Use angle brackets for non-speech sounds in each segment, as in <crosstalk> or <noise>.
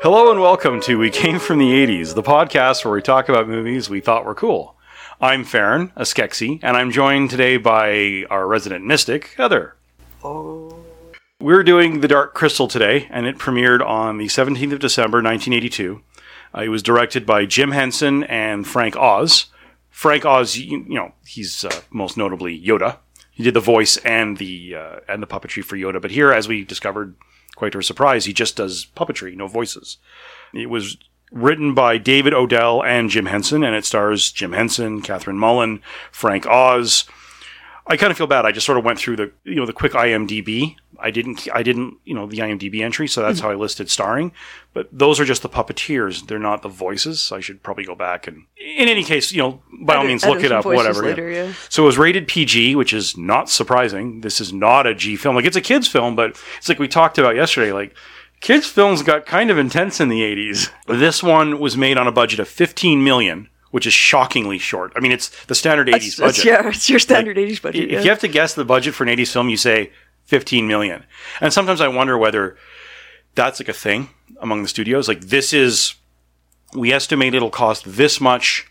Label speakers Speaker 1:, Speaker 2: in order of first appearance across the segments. Speaker 1: Hello and welcome to We Came From the 80s, the podcast where we talk about movies we thought were cool. I'm Farron, a Skeksis, and I'm joined today by our resident mystic, Heather. Oh. We're doing The Dark Crystal today, and it premiered on the 17th of December, 1982. Uh, it was directed by Jim Henson and Frank Oz. Frank Oz, you, you know, he's uh, most notably Yoda. He did the voice and the uh, and the puppetry for Yoda, but here, as we discovered, quite to our surprise, he just does puppetry, no voices. It was written by David Odell and Jim Henson, and it stars Jim Henson, Catherine Mullen, Frank Oz. I kind of feel bad. I just sort of went through the you know the quick IMDb. I didn't I didn't you know the IMDb entry, so
Speaker 2: Hmm.
Speaker 1: that's how I listed starring. But those are just the puppeteers; they're not the voices. So I should probably go back and in any case, you know, by all
Speaker 2: Edit-
Speaker 1: means,
Speaker 2: edit
Speaker 1: look it
Speaker 2: some
Speaker 1: up.
Speaker 2: voices
Speaker 1: Whatever.
Speaker 2: later, yeah.
Speaker 1: So it was rated PG, which is not surprising. This is not a G film. Like it's a kids film, but it's like we talked about yesterday. Like kids films got kind of intense in the 80s. This one was made on a budget of 15 million, which is shockingly short. I mean, it's the standard 80s
Speaker 2: It's,
Speaker 1: budget.
Speaker 2: it's, yeah, it's your standard 80s budget.
Speaker 1: If
Speaker 2: Yeah.
Speaker 1: you have to guess the budget for an 80s film, you say 15 million. And sometimes I wonder whether that's like a thing among the studios. Like, this is, we estimate it'll cost this much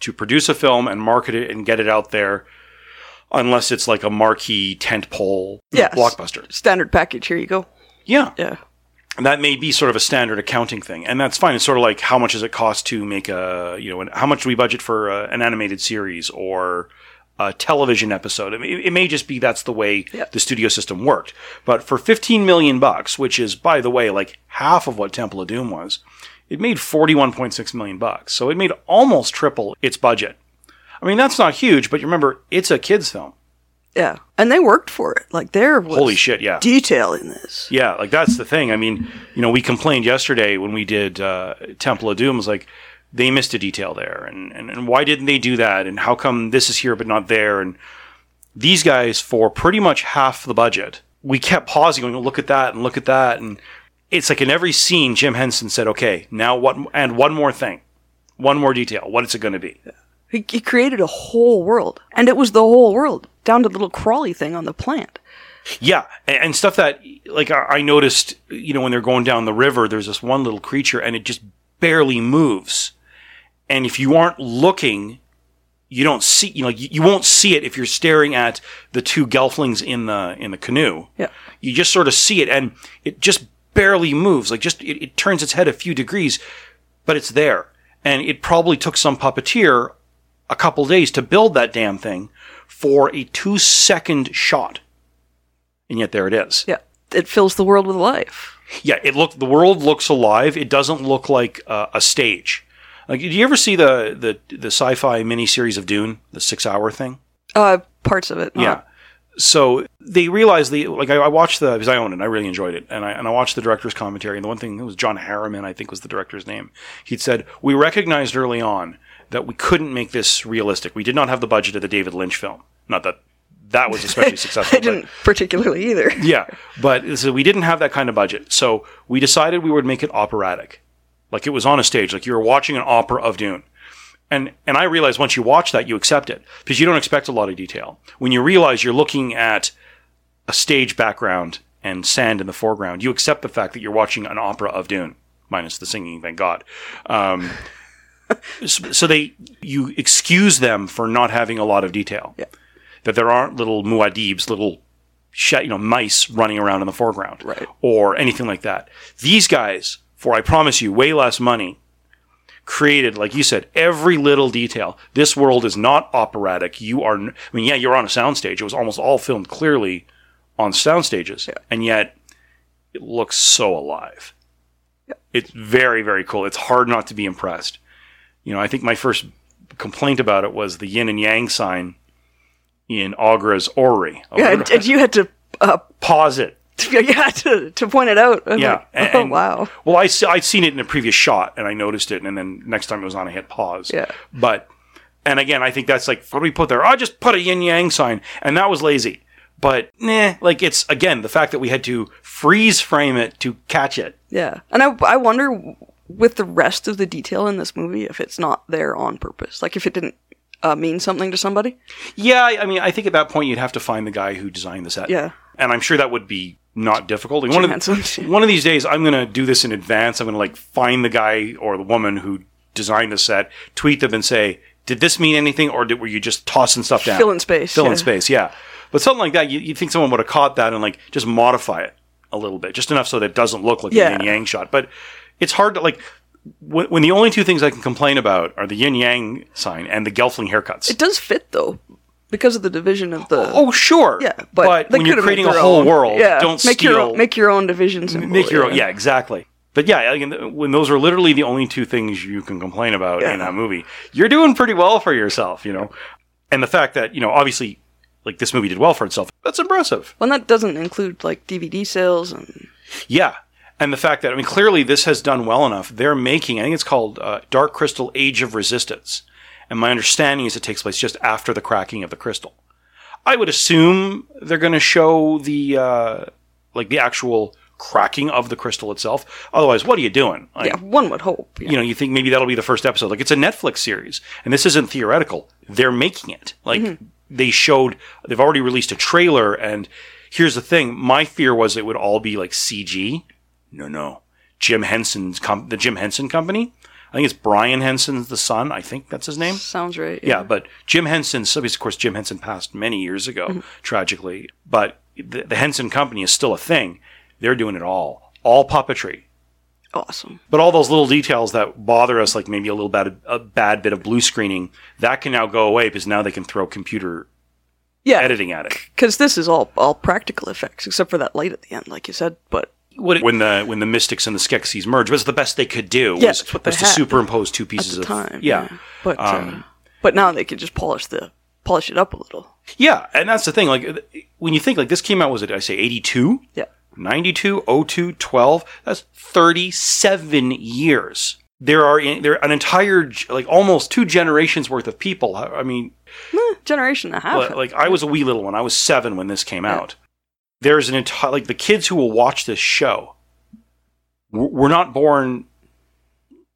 Speaker 1: to produce a film and market it and get it out there, unless it's like a marquee tentpole
Speaker 2: Yes.
Speaker 1: blockbuster.
Speaker 2: Standard package, here you go.
Speaker 1: Yeah.
Speaker 2: Yeah.
Speaker 1: And that may be sort of a standard accounting thing, and that's fine. It's sort of like how much does it cost to make a you know, an, how much do we budget for uh, an animated series or a television episode? I mean, it, it may just be that's the way
Speaker 2: Yep.
Speaker 1: the studio system worked. But for fifteen million bucks, which is by the way like half of what Temple of Doom was, it made forty one point six million bucks. So it made almost triple its budget. I mean, that's not huge, but you remember it's a kids film.
Speaker 2: Yeah. And they worked for it. Like, there was
Speaker 1: Holy shit! Yeah,
Speaker 2: detail in this.
Speaker 1: Yeah, like that's the thing. I mean, you know, we complained yesterday when we did uh, Temple of Doom. It was like they missed a detail there, and, and and why didn't they do that? And how come this is here but not there? And these guys for pretty much half the budget, we kept pausing, going, look at that and look at that, and it's like in every scene, Jim Henson said, "Okay, now what?" And one more thing, one more detail. What is it going to be?
Speaker 2: He, he created a whole world. And it was the whole world, down to the little crawly thing on the plant.
Speaker 1: Yeah, and, and stuff that like I, I noticed, you know, when they're going down the river, there's this one little creature, and it just barely moves. And if you aren't looking, you don't see. You know, you, you won't see it if you're staring at the two gelflings in the in the canoe.
Speaker 2: Yeah.
Speaker 1: you just sort of see it, and it just barely moves. Like just it, it turns its head a few degrees, but it's there. And it probably took some puppeteer a couple days to build that damn thing for a two second shot and yet there it is.
Speaker 2: Yeah. It fills the world with life.
Speaker 1: Yeah, it look the world looks alive. It doesn't look like uh, a stage. Like, do you ever see the the the sci-fi miniseries of Dune, the six-hour thing?
Speaker 2: Uh, parts of it. not-
Speaker 1: Yeah. So they realized the like I, I watched the because I own it, and I really enjoyed it, and I and I watched the director's commentary. And the one thing it was John Harriman, I think, was the director's name. He'd said we recognized early on that we couldn't make this realistic. We did not have the budget of the David Lynch film. Not that that was
Speaker 2: <laughs>
Speaker 1: especially successful.
Speaker 2: I
Speaker 1: but-
Speaker 2: didn't particularly either. <laughs>
Speaker 1: <laughs> yeah, but so we didn't have that kind of budget, so we decided we would make it operatic, like it was on a stage, like you were watching an opera of Dune. And and I realized once you watch that, you accept it because you don't expect a lot of detail. When you realize you're looking at a stage background and sand in the foreground, you accept the fact that you're watching an opera of Dune, minus the singing, thank God. Um, <laughs> so so they you excuse them for not having a lot of detail.
Speaker 2: Yeah.
Speaker 1: That there aren't little muad'dibs, little sh- you know mice running around in the foreground,
Speaker 2: Right.
Speaker 1: Or anything like that. These guys, for I promise you, way less money, created like you said every little detail. This world is not operatic. You are, n- I mean, yeah, you're on a soundstage. It was almost all filmed clearly on soundstages, and yet it looks so alive. It's very very cool. It's hard not to be impressed. You know, I think my first complaint about it was the yin and yang sign in Agra's Ori.
Speaker 2: Yeah. And, and you had to, uh, <laughs>
Speaker 1: pause it.
Speaker 2: you had to, to point it out. I'm
Speaker 1: Yeah.
Speaker 2: <laughs> like,
Speaker 1: and-
Speaker 2: oh,
Speaker 1: and-
Speaker 2: wow.
Speaker 1: Well, I, se- I'd seen it in a previous shot and I noticed it. And then next time it was on, I hit pause.
Speaker 2: Yeah.
Speaker 1: But, and again, I think that's like, what do we put there? I just put a yin yang sign. And that was lazy. But, nah, like it's, again, the fact that we had to freeze frame it to catch it.
Speaker 2: Yeah. And I, I wonder w- with the rest of the detail in this movie if it's not there on purpose. Like if it didn't uh, mean something to somebody.
Speaker 1: Yeah. I I mean, I think at that point you'd have to find the guy who designed the set.
Speaker 2: Yeah.
Speaker 1: And I'm sure that would be not difficult. Like,
Speaker 2: Jim
Speaker 1: one, of <laughs>
Speaker 2: Henson.
Speaker 1: one of these days, I'm going to do this in advance. I'm going to like find the guy or the woman who designed the set, tweet them, and say, "Did this mean anything, or did, were you just tossing stuff down?"
Speaker 2: Fill in space,
Speaker 1: Fill in
Speaker 2: yeah.
Speaker 1: space. Yeah, but something like that, you, you'd think someone would have caught that and like just modify it a little bit, just enough so that it doesn't look like
Speaker 2: Yeah.
Speaker 1: a yin yang shot. But it's hard to like. When, when the only two things I can complain about are the yin yang sign and the Gelfling haircuts.
Speaker 2: It does fit though, because of the division of the.
Speaker 1: Oh sure,
Speaker 2: yeah, but,
Speaker 1: but,
Speaker 2: they
Speaker 1: when you're
Speaker 2: could've made
Speaker 1: creating a
Speaker 2: their
Speaker 1: whole
Speaker 2: own.
Speaker 1: world,
Speaker 2: yeah.
Speaker 1: don't
Speaker 2: make
Speaker 1: steal.
Speaker 2: your own, make your own division symbol.
Speaker 1: Make your own. Yeah, exactly. But yeah, again, when those are literally the only two things you can complain about in
Speaker 2: Yeah.
Speaker 1: a movie, you're doing pretty well for yourself, you know. And the fact that you know, obviously, like this movie did well for itself, that's impressive.
Speaker 2: Well, that doesn't include like DVD sales and
Speaker 1: Yeah, and the fact that I mean, clearly this has done well enough. They're making, I think it's called uh, Dark Crystal: Age of Resistance, and my understanding is it takes place just after the cracking of the crystal. I would assume they're going to show the uh, like the actual cracking of the crystal itself. Otherwise, what are you doing? Like,
Speaker 2: yeah, one would hope. Yeah.
Speaker 1: you know, you think maybe that'll be the first episode. Like it's a Netflix series, and this isn't theoretical. They're making it. Like they showed, they've already released a trailer. And here's the thing: my fear was it would all be like CG. No, no, Jim Henson's com- the Jim Henson company. I think it's Brian Henson's the son. I think that's his name.
Speaker 2: Sounds right.
Speaker 1: Yeah, but Jim Henson, so of course, Jim Henson passed many years ago, tragically, but the, the Henson company is still a thing. They're doing it all, all puppetry.
Speaker 2: Awesome.
Speaker 1: But all those little details that bother us, like maybe a little bad, a bad bit of blue screening, that can now go away because now they can throw computer
Speaker 2: Yeah,
Speaker 1: editing at it.
Speaker 2: because this is all all practical effects except for that light at the end, like you said. But
Speaker 1: when the when the Mystics and the Skeksis merge, was the best they could do
Speaker 2: Yeah,
Speaker 1: was,
Speaker 2: that's what they
Speaker 1: was to
Speaker 2: had
Speaker 1: superimpose two
Speaker 2: at
Speaker 1: pieces
Speaker 2: the
Speaker 1: of
Speaker 2: time,
Speaker 1: yeah. Um,
Speaker 2: But uh, but now they could just polish the polish it up a little.
Speaker 1: Yeah, and that's the thing. Like th- when you think like this came out was it I say 82,
Speaker 2: Yeah.
Speaker 1: 92, 02, 12, that's 37 years. There are in, there are an entire g- like almost two generations worth of people. I I mean,
Speaker 2: Eh, generation and a half.
Speaker 1: Well, like I was a wee little one. I was seven when this came out. There's an entire like the kids who will watch this show w- were not born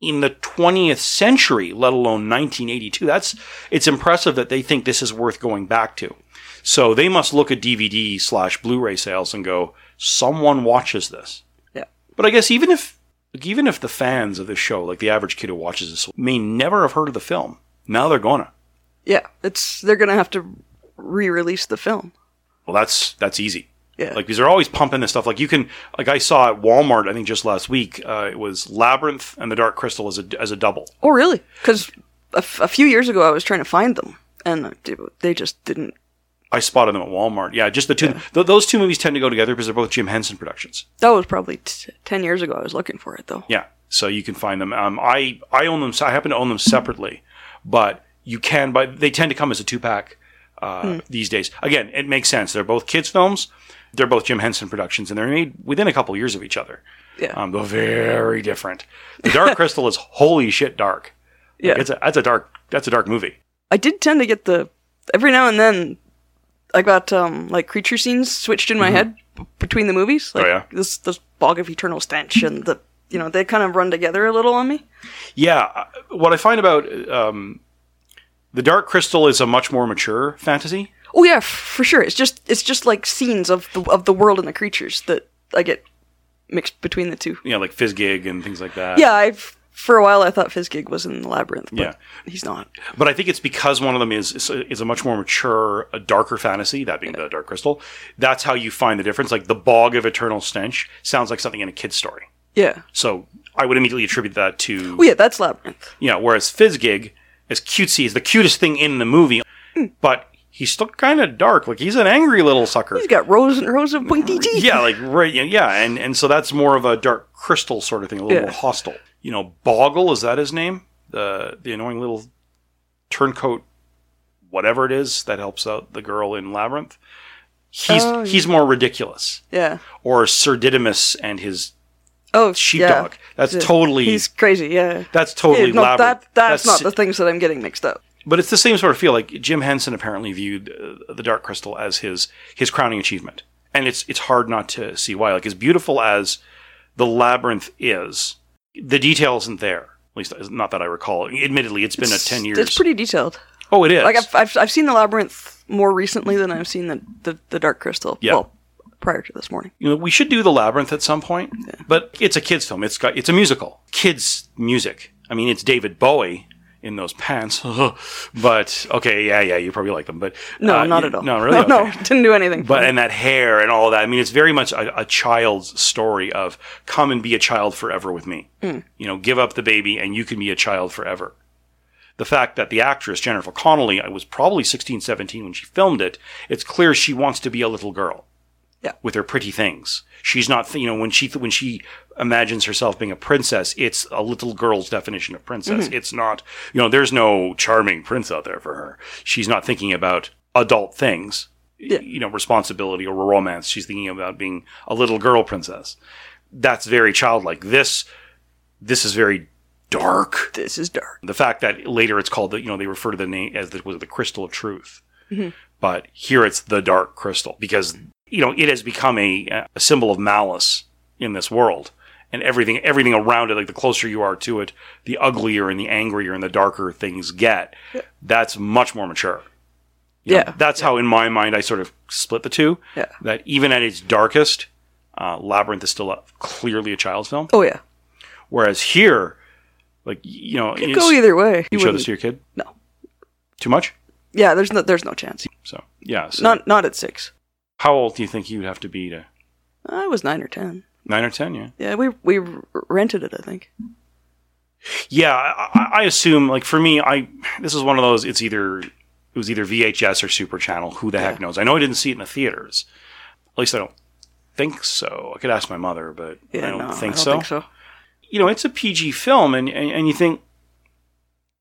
Speaker 1: in the 20th century, let alone 1982. That's it's impressive that they think this is worth going back to. So they must look at DVD slash Blu-ray sales and go, someone watches this.
Speaker 2: yeah.
Speaker 1: But I guess even if like, even if the fans of this show, like the average kid who watches this, may never have heard of the film, now they're gonna.
Speaker 2: Yeah, it's they're gonna have to re-release the film.
Speaker 1: Well, that's that's easy.
Speaker 2: Yeah.
Speaker 1: Like these are always pumping this stuff. Like you can, like I saw at Walmart, I think just last week, uh, it was Labyrinth and the Dark Crystal as a as a double.
Speaker 2: Oh, really? Because a, f- a few years ago, I was trying to find them, and they- they just didn't.
Speaker 1: I spotted them at Walmart. Yeah, just the two. Th- those two movies tend to go together because they're both Jim Henson productions.
Speaker 2: That was probably t- ten years ago. I was looking for it though.
Speaker 1: Yeah, so you can find them. Um, I I own them. I happen to own them separately, but you can. buy they tend to come as a two pack uh,
Speaker 2: Hmm.
Speaker 1: these days. Again, it makes sense. They're both kids films. They're both Jim Henson productions, and they're made within a couple years of each other.
Speaker 2: Yeah.
Speaker 1: um, they're very different. The
Speaker 2: <laughs>
Speaker 1: Dark Crystal is holy shit dark.
Speaker 2: Yeah.
Speaker 1: Like, it's a, that's a dark. That's a dark movie.
Speaker 2: I did tend to get the every now and then. I got um like creature scenes switched in my head b- between the movies. Like
Speaker 1: Mm-hmm. Oh, yeah.
Speaker 2: this this fog of eternal stench and the you know they kind of run together a little on me.
Speaker 1: Yeah, uh, what I find about um, the Dark Crystal is a much more mature fantasy.
Speaker 2: Oh yeah, f- for sure. It's just it's just like scenes of the of the world and the creatures that I get mixed between the two.
Speaker 1: You know, like Fizgig and things like that.
Speaker 2: Yeah, I've for a while I thought Fizgig was in the labyrinth, but
Speaker 1: Yeah.
Speaker 2: he's not.
Speaker 1: But I think it's because one of them is is a, is a much more mature, a darker fantasy. That being the Dark Crystal, that's how you find the difference. Like the Bog of Eternal Stench sounds like something in a kid's story.
Speaker 2: Yeah.
Speaker 1: So I would immediately attribute that to
Speaker 2: Oh yeah, that's labyrinth.
Speaker 1: you know. Whereas Fizzgig, as cutesy, is the cutest thing in the movie, but he's still kind of dark. Like he's an angry little sucker.
Speaker 2: He's got rows and rows of pointy <laughs> teeth.
Speaker 1: Yeah, like right. yeah, Yeah, and and so that's more of a Dark Crystal sort of thing, a little
Speaker 2: Yeah.
Speaker 1: more hostile. You know, Boggle is that his name? The the annoying little turncoat, whatever it is that helps out the girl in Labyrinth. He's
Speaker 2: Oh,
Speaker 1: he's more ridiculous.
Speaker 2: Yeah.
Speaker 1: Or Sir Didymus and his
Speaker 2: Oh,
Speaker 1: sheepdog.
Speaker 2: yeah.
Speaker 1: That's
Speaker 2: Yeah.
Speaker 1: totally
Speaker 2: He's crazy. Yeah.
Speaker 1: that's totally
Speaker 2: Yeah, no,
Speaker 1: Labyrinth.
Speaker 2: that that's, not
Speaker 1: si-
Speaker 2: the things that I'm getting mixed up.
Speaker 1: but it's the same sort of feel. Like Jim Henson apparently viewed uh, the Dark Crystal as his his crowning achievement, and it's it's hard not to see why. Like as beautiful as the labyrinth is, the detail isn't there. At least not that I recall. Admittedly, it's been a ten years.
Speaker 2: It's pretty detailed.
Speaker 1: oh, it is.
Speaker 2: Like I've, I've I've seen the labyrinth more recently than I've seen the the, the dark crystal.
Speaker 1: Yeah.
Speaker 2: Well, prior to this morning.
Speaker 1: You know, we should do the labyrinth at some point, but it's a kids' film. It's got it's a musical, kids' music. I mean, it's David Bowie in those pants, <laughs> but okay, yeah, yeah, you probably like them, but
Speaker 2: No,
Speaker 1: uh,
Speaker 2: not
Speaker 1: you-
Speaker 2: at all.
Speaker 1: No, really,
Speaker 2: <laughs> No, no,
Speaker 1: Okay.
Speaker 2: didn't do anything.
Speaker 1: But and that hair and all that. I mean, it's very much a, a child's story of come and be a child forever with me. You know, give up the baby and you can be a child forever. The fact that the actress Jennifer Connelly was probably 16, 17 when she filmed it, it's clear she wants to be a little girl.
Speaker 2: Yeah.
Speaker 1: With her pretty things. She's not, you know, when she when she imagines herself being a princess, it's a little girl's definition of princess. It's not, you know, there's no charming prince out there for her. She's not thinking about adult things
Speaker 2: Yeah.
Speaker 1: you know responsibility or romance she's thinking about being a little girl princess that's very childlike this this is very dark
Speaker 2: this is dark.
Speaker 1: the fact that later it's called the you know they refer to the name as the, was it the crystal of truth
Speaker 2: Mm-hmm.
Speaker 1: but here it's the dark crystal because you know it has become a, a symbol of malice in this world and everything everything around it like the closer you are to it the uglier and the angrier and the darker things get that's much more mature You know,
Speaker 2: Yeah.
Speaker 1: that's how in my mind i sort of split the two
Speaker 2: Yeah.
Speaker 1: that even at its darkest uh, labyrinth is still a, clearly a child's film
Speaker 2: Oh yeah,
Speaker 1: whereas here like you know
Speaker 2: Could
Speaker 1: it's-
Speaker 2: go either way.
Speaker 1: you
Speaker 2: You
Speaker 1: show this
Speaker 2: wouldn't-
Speaker 1: to your kid?
Speaker 2: No.
Speaker 1: Too much?
Speaker 2: Yeah, there's no there's no chance.
Speaker 1: So yeah. So
Speaker 2: Not not at six.
Speaker 1: how old do you think you'd have to be to
Speaker 2: I was nine or ten.
Speaker 1: nine or ten? Yeah.
Speaker 2: Yeah, we we r- rented it. I think.
Speaker 1: Yeah. I, I- I assume like for me, I this is one of those. It's either it was either VHS or Super Channel. Who the heck
Speaker 2: Yeah.
Speaker 1: knows? I know I didn't see it in the theaters. At least I don't think so. I could ask my mother, but
Speaker 2: Yeah,
Speaker 1: I don't,
Speaker 2: no,
Speaker 1: think,
Speaker 2: I don't
Speaker 1: so.
Speaker 2: think so.
Speaker 1: You know, it's a PG film, and and, and you think.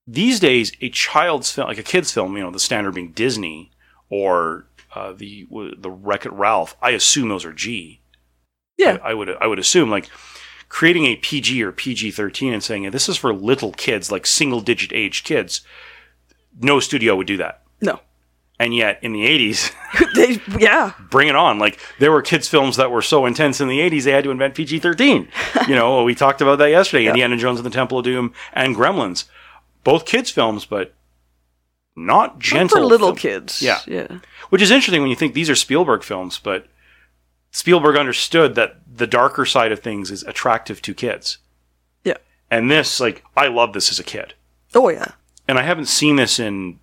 Speaker 1: These days, a child's film, like a kid's film, you know, the standard being Disney or uh, the the Wreck It Ralph. I assume those are G.
Speaker 2: Yeah,
Speaker 1: I, I would I would assume like creating a PG or PG thirteen and saying this is for little kids, like single digit age kids. No studio would do that,
Speaker 2: no. <laughs>
Speaker 1: and yet in the eighties,
Speaker 2: they, yeah,
Speaker 1: bring it on. Like there were kids films that were so intense in the eighties, they had to invent PG
Speaker 2: <laughs>
Speaker 1: thirteen. You know, we talked about that yesterday. Indiana Jones and the Temple of Doom and Gremlins, both kids films, but not
Speaker 2: Not
Speaker 1: gentle
Speaker 2: for little
Speaker 1: film-
Speaker 2: kids.
Speaker 1: Yeah.
Speaker 2: yeah.
Speaker 1: which is interesting when you think these are Spielberg films, but Spielberg understood that the darker side of things is attractive to kids.
Speaker 2: Yeah.
Speaker 1: And this, like, I love this as a kid.
Speaker 2: Oh yeah.
Speaker 1: And I haven't seen this in,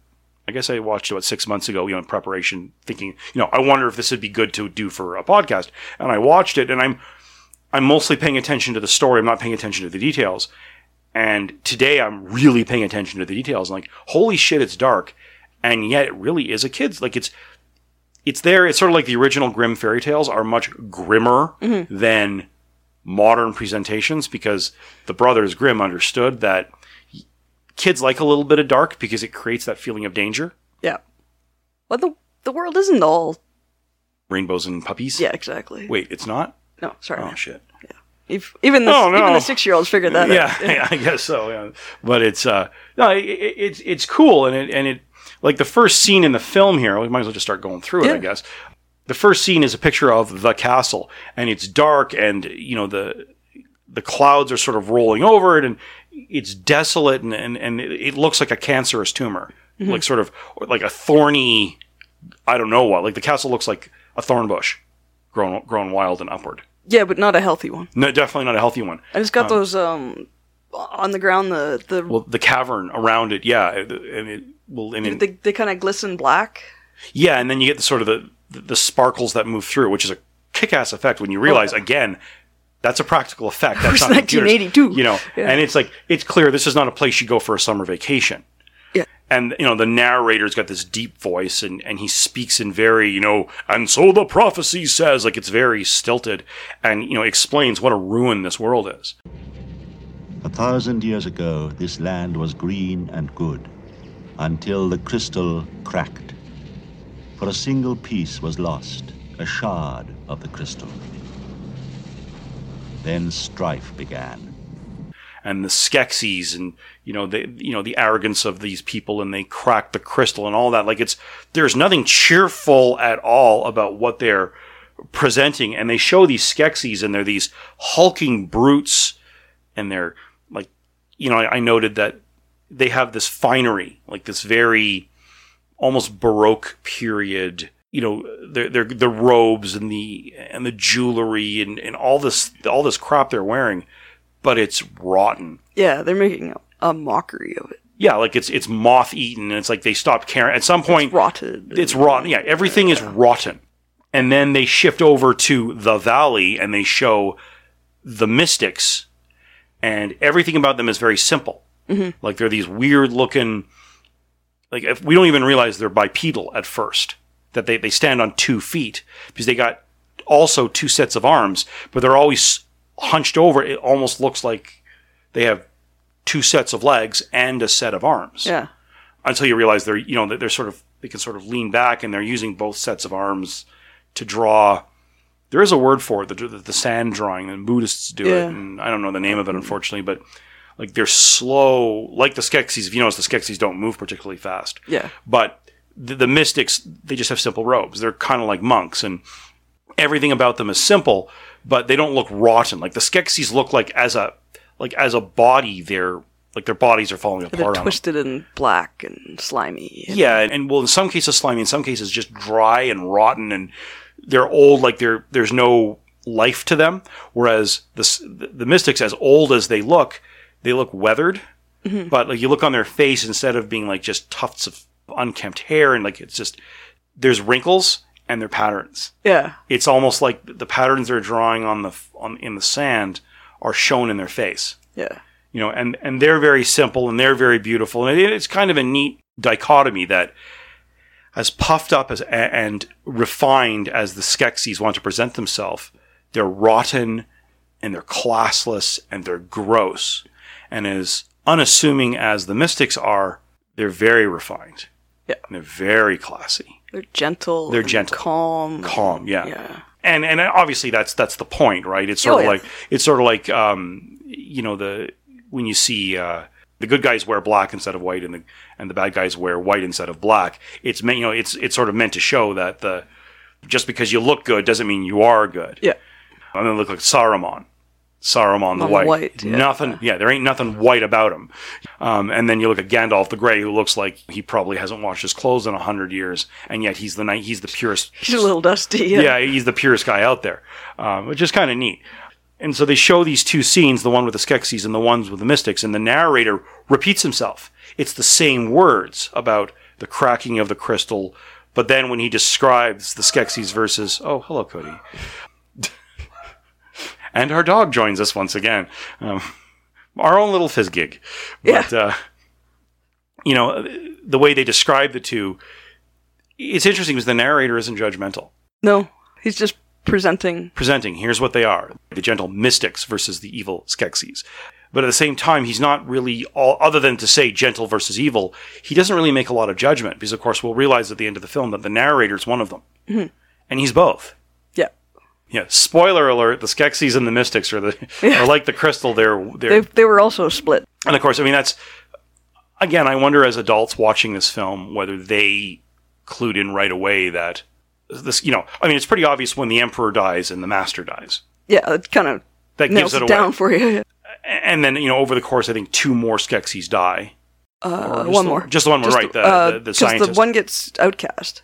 Speaker 1: I guess I watched it about six months ago, you know, in preparation, thinking, you know, I wonder if this would be good to do for a podcast. And I watched it and I'm, I'm mostly paying attention to the story. I'm not paying attention to the details. And today I'm really paying attention to the details. I'm like, holy shit, it's dark. And yet it really is a kid's, like, it's, it's there. It's sort of like the original Grimm fairy tales are much grimmer than modern presentations because the brothers Grimm understood that kids like a little bit of dark because it creates that feeling of danger.
Speaker 2: Yeah. But the the world isn't all.
Speaker 1: Rainbows and puppies.
Speaker 2: Yeah, exactly.
Speaker 1: Wait, it's not.
Speaker 2: No, sorry.
Speaker 1: Oh
Speaker 2: man.
Speaker 1: shit.
Speaker 2: If, even the
Speaker 1: Oh, no.
Speaker 2: even the six year olds figured that
Speaker 1: Yeah,
Speaker 2: <laughs> out.
Speaker 1: yeah, I guess so. Yeah. But it's uh, no, it, it, it's it's cool, and it and it like the first scene in the film here. We might as well just start going through it, I
Speaker 2: Yeah.
Speaker 1: guess. The first scene is a picture of the castle, and it's dark, and you know the the clouds are sort of rolling over it, and it's desolate, and and, and it, it looks like a cancerous tumor, like sort of like a thorny, I don't know what. Like the castle looks like a thorn bush, grown grown wild and upward.
Speaker 2: Yeah, but not a healthy one.
Speaker 1: No, definitely not a healthy one.
Speaker 2: I just got those um on the ground. The the
Speaker 1: Oh. well the cavern around it yeah and it will and it,
Speaker 2: they, they kind of glisten black.
Speaker 1: yeah and then you get the sort of the the sparkles that move through which is a kick-ass effect when you realize
Speaker 2: Oh.
Speaker 1: again that's a practical effect that's
Speaker 2: was
Speaker 1: not computers,
Speaker 2: 1982.
Speaker 1: you know
Speaker 2: Yeah.
Speaker 1: and it's like it's clear this is not a place you go for a summer vacation
Speaker 2: Yeah.
Speaker 1: and you know the narrator's got this deep voice and and he speaks in very you know and so the prophecy says like it's very stilted and you know explains what a ruin this world is
Speaker 3: A thousand years ago, this land was green and good until the crystal cracked. For a single piece was lost, a shard of the crystal. Then strife began.
Speaker 1: and the Skeksis and you know the you know the arrogance of these people and they crack the crystal and all that. Like it's there's nothing cheerful at all about what they're presenting, and they show these Skeksis and they're these hulking brutes, and they're like you know I, I noted that they have this finery, like this very almost baroque period you know their their the robes and the and the jewelry and, and all this all this crap they're wearing, but it's rotten.
Speaker 2: Yeah, they're making a, a mockery of it.
Speaker 1: Yeah, like it's it's moth eaten and it's like they stopped caring. At some point,
Speaker 2: Rotted. and-
Speaker 1: it's rotten. Yeah, everything is rotten. And then they shift over to the valley and they show the mystics, and everything about them is very simple. Like they're these weird looking, like if we don't even realize they're bipedal at first, that they, they stand on two feet because they got also two sets of arms, but they're always hunched over. It almost looks like they have two sets of legs and a set of arms
Speaker 2: Yeah.
Speaker 1: until you realize they're you know that they're sort of they can sort of lean back and they're using both sets of arms to draw. There is a word for it, the, the, the sand drawing, and Buddhists do
Speaker 2: Yeah.
Speaker 1: it, and I don't know the name of it unfortunately, but like they're slow, like the Skeksis. If you notice, the Skeksis don't move particularly fast.
Speaker 2: Yeah.
Speaker 1: But the, the mystics, they just have simple robes. They're kind of like monks, and everything about them is simple, but they don't look rotten. Like the Skeksis look like as a like as a body, they're like their bodies are falling apart.
Speaker 2: They're
Speaker 1: on them.
Speaker 2: twisted and black and slimy. and-
Speaker 1: Yeah, and, and well, in some cases slimy, in some cases just dry and rotten, and they're old. Like they're, there's no life to them. Whereas the s- the mystics, as old as they look, they look weathered. But like you look on their face, instead of being like just tufts of unkempt hair, and like it's just there's wrinkles and their patterns.
Speaker 2: Yeah.
Speaker 1: It's almost like the patterns they're drawing on the f- on in the sand are shown in their face
Speaker 2: Yeah.
Speaker 1: you know and and they're very simple and they're very beautiful and it, it's kind of a neat dichotomy that as puffed up as a- and refined as the skeksis want to present themselves they're rotten and they're classless and they're gross and as unassuming as the mystics are they're very refined
Speaker 2: Yeah.
Speaker 1: and they're very classy
Speaker 2: They're gentle.
Speaker 1: They're
Speaker 2: and
Speaker 1: gentle.
Speaker 2: Calm.
Speaker 1: calm yeah
Speaker 2: Yeah.
Speaker 1: and and obviously that's that's the point, right? It's sort
Speaker 2: Oh,
Speaker 1: of
Speaker 2: yeah.
Speaker 1: like it's sort of like um, you know the when you see uh, the good guys wear black instead of white, and the and the bad guys wear white instead of black. It's meant you know it's it's sort of meant to show that the just because you look good doesn't mean you are good.
Speaker 2: Yeah.
Speaker 1: I'm gonna look like Saruman. Saruman the
Speaker 2: On the
Speaker 1: White.
Speaker 2: White, yeah.
Speaker 1: Nothing. Yeah, there ain't nothing white about him. Um, and then you look at Gandalf the Grey, who looks like he probably hasn't washed his clothes in a hundred years, and yet he's the night. He's the purest
Speaker 2: He's a little dusty. Yeah.
Speaker 1: yeah, he's the purest guy out there, um, which is kind of neat. And so they show these two scenes, the one with the Skeksis and the ones with the Mystics, and the narrator repeats himself. It's the same words about the cracking of the crystal, but then when he describes the Skeksis versus, oh, hello, Cody. <laughs> and our dog joins us once again. Um, our own little fizz gig. But, uh, you know, the way they describe the two, it's interesting because the narrator isn't judgmental
Speaker 2: No. He's just presenting.
Speaker 1: presenting here's what they are the gentle mystics versus the evil skeksis but at the same time he's not really all other than to say gentle versus evil he doesn't really make a lot of judgment because of course we'll realize at the end of the film that the narrator is one of them and he's both
Speaker 2: Yeah.
Speaker 1: yeah spoiler alert the skeksis and the mystics are the are like the crystal they're
Speaker 2: They,
Speaker 1: they're
Speaker 2: they were also split.
Speaker 1: and of course, I mean that's again, I wonder as adults watching this film whether they clued in right away that this you know, I mean it's pretty obvious when the emperor dies and the master dies.
Speaker 2: Yeah. It kind of
Speaker 1: That
Speaker 2: nails
Speaker 1: gives
Speaker 2: it
Speaker 1: it away.
Speaker 2: down for you. <laughs>
Speaker 1: And then, you know, over the course I think two more Skeksis die. Or
Speaker 2: Uh,
Speaker 1: just
Speaker 2: one
Speaker 1: the-
Speaker 2: more.
Speaker 1: Just the one we're right, the,
Speaker 2: uh,
Speaker 1: the, the
Speaker 2: 'cause
Speaker 1: scientist.
Speaker 2: one gets outcast,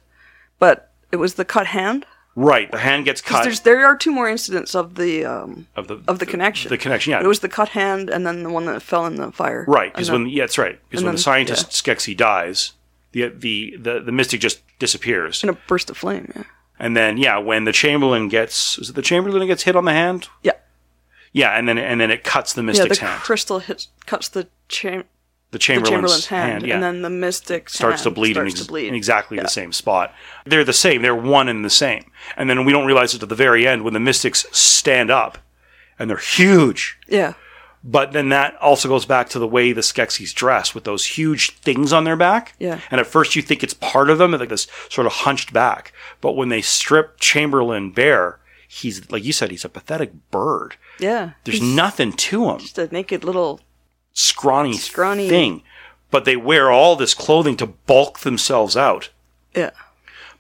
Speaker 2: but it was the cut hand.
Speaker 1: right, the hand gets
Speaker 2: 'Cause
Speaker 1: cut
Speaker 2: There's, there are two more incidents of the um,
Speaker 1: of the
Speaker 2: of the connection.
Speaker 1: The connection, yeah.
Speaker 2: It was the cut hand, and then the one that fell in the fire.
Speaker 1: Right, because
Speaker 2: And
Speaker 1: when yeah, that's right. Because
Speaker 2: and
Speaker 1: when the
Speaker 2: then-
Speaker 1: scientist Skeksis dies, the, the the the mystic just disappears.
Speaker 2: then in a burst of flame. Yeah.
Speaker 1: And then yeah, when the chamberlain gets is it the chamberlain that gets hit on the hand?
Speaker 2: Yeah.
Speaker 1: Yeah, and then and then it cuts the
Speaker 2: Yeah, the
Speaker 1: mystic's hand.
Speaker 2: crystal hits, cuts the, cham-
Speaker 1: the
Speaker 2: the
Speaker 1: chamberlain's,
Speaker 2: chamberlain's
Speaker 1: hand,
Speaker 2: hand,
Speaker 1: yeah,
Speaker 2: and then the mystic's
Speaker 1: starts
Speaker 2: hand
Speaker 1: to bleed,
Speaker 2: starts
Speaker 1: in, ex-
Speaker 2: to bleed.
Speaker 1: in exactly
Speaker 2: Yeah.
Speaker 1: the same spot. They're the same. They're one and the same. And then we don't realize it to the very end when the mystics stand up, and they're huge.
Speaker 2: Yeah,
Speaker 1: But then that also goes back to the way the Skeksis dress with those huge things on their back.
Speaker 2: Yeah.
Speaker 1: And at first you think it's part of them, like this sort of hunched back. But when they strip Chamberlain bare, he's like you said, he's a pathetic bird.
Speaker 2: yeah.
Speaker 1: There's nothing to him
Speaker 2: Just a naked little
Speaker 1: scrawny,
Speaker 2: Scrawny.
Speaker 1: thing. But they wear all this clothing to bulk themselves out.
Speaker 2: yeah.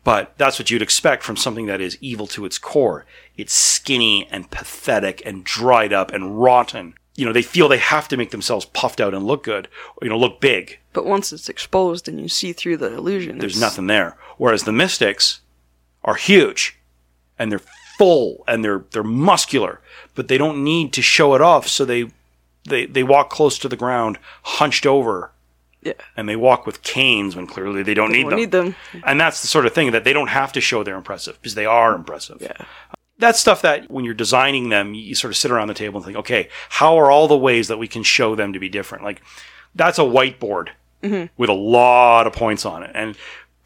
Speaker 1: But that's what you'd expect from something that is evil to its core. It's skinny and pathetic and dried up and rotten. You know, they feel they have to make themselves puffed out and look good, you know, look big.
Speaker 2: But once it's exposed and you see through the illusion,
Speaker 1: There's
Speaker 2: it's-
Speaker 1: nothing there. Whereas the mystics, are huge and they're full and they're they're muscular, but they don't need to show it off, so they they, they walk close to the ground, hunched over.
Speaker 2: Yeah.
Speaker 1: And they walk with canes when clearly they don't need
Speaker 2: Don't
Speaker 1: them.
Speaker 2: need them.
Speaker 1: And that's the sort of thing that they don't have to show they're impressive because they are impressive.
Speaker 2: Yeah.
Speaker 1: That's stuff that when you're designing them, you sort of sit around the table and think, okay, how are all the ways that we can show them to be different? Like, that's a whiteboard with a lot of points on it. And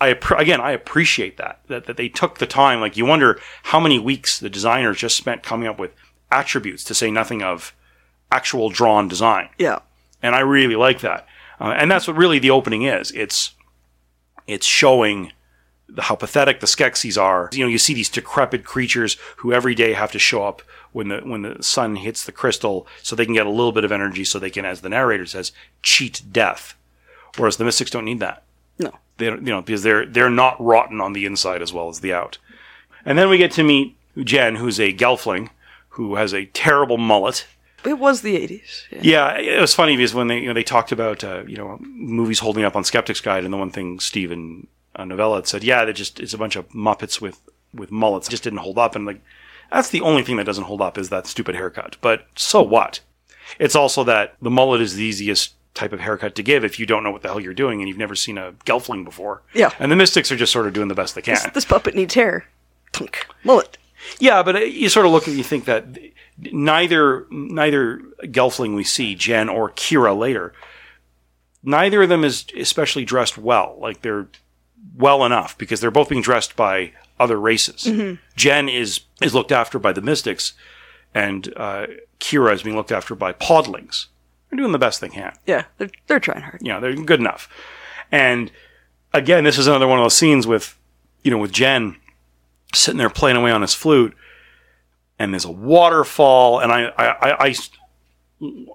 Speaker 1: I appre- again, I appreciate that, that that they took the time. Like, you wonder how many weeks the designers just spent coming up with attributes to say nothing of actual drawn design
Speaker 2: Yeah.
Speaker 1: and I really like that. Uh, and that's what really the opening is. It's it's showing the- how pathetic the Skeksis are. You know, you see these decrepit creatures who every day have to show up when the when the sun hits the crystal, so they can get a little bit of energy, so they can, as the narrator says, cheat death. Whereas the mystics don't need that.
Speaker 2: No.
Speaker 1: They don't, you know, because they're they're not rotten on the inside as well as the out. And then we get to meet Jen, who's a Gelfling, who has a terrible mullet.
Speaker 2: It was the 80s. Yeah.
Speaker 1: Yeah, it was funny because when they you know they talked about uh, you know movies holding up on Skeptics Guide, and the one thing Steve and uh, Novella had said, yeah, they just it's a bunch of muppets with with mullets, just didn't hold up, and like that's the only thing that doesn't hold up is that stupid haircut. But so what? It's also that the mullet is the easiest type of haircut to give if you don't know what the hell you're doing and you've never seen a gelfling before.
Speaker 2: Yeah.
Speaker 1: and the Mystics are just sort of doing the best they can.
Speaker 2: This, this puppet needs hair. Tunk. Mullet.
Speaker 1: Yeah, but uh, you sort of look and you think that neither neither Gelfling we see Jen or Kira later, neither of them is especially dressed well. Like they're well enough because they're both being dressed by other races. Jen is is looked after by the Mystics, and uh, Kira is being looked after by Podlings. They're doing the best they can
Speaker 2: Yeah. They're, they're trying hard.
Speaker 1: you know they're good enough and again this is another one of those scenes with you know with jen sitting there playing away on his flute and there's a waterfall and i i i, I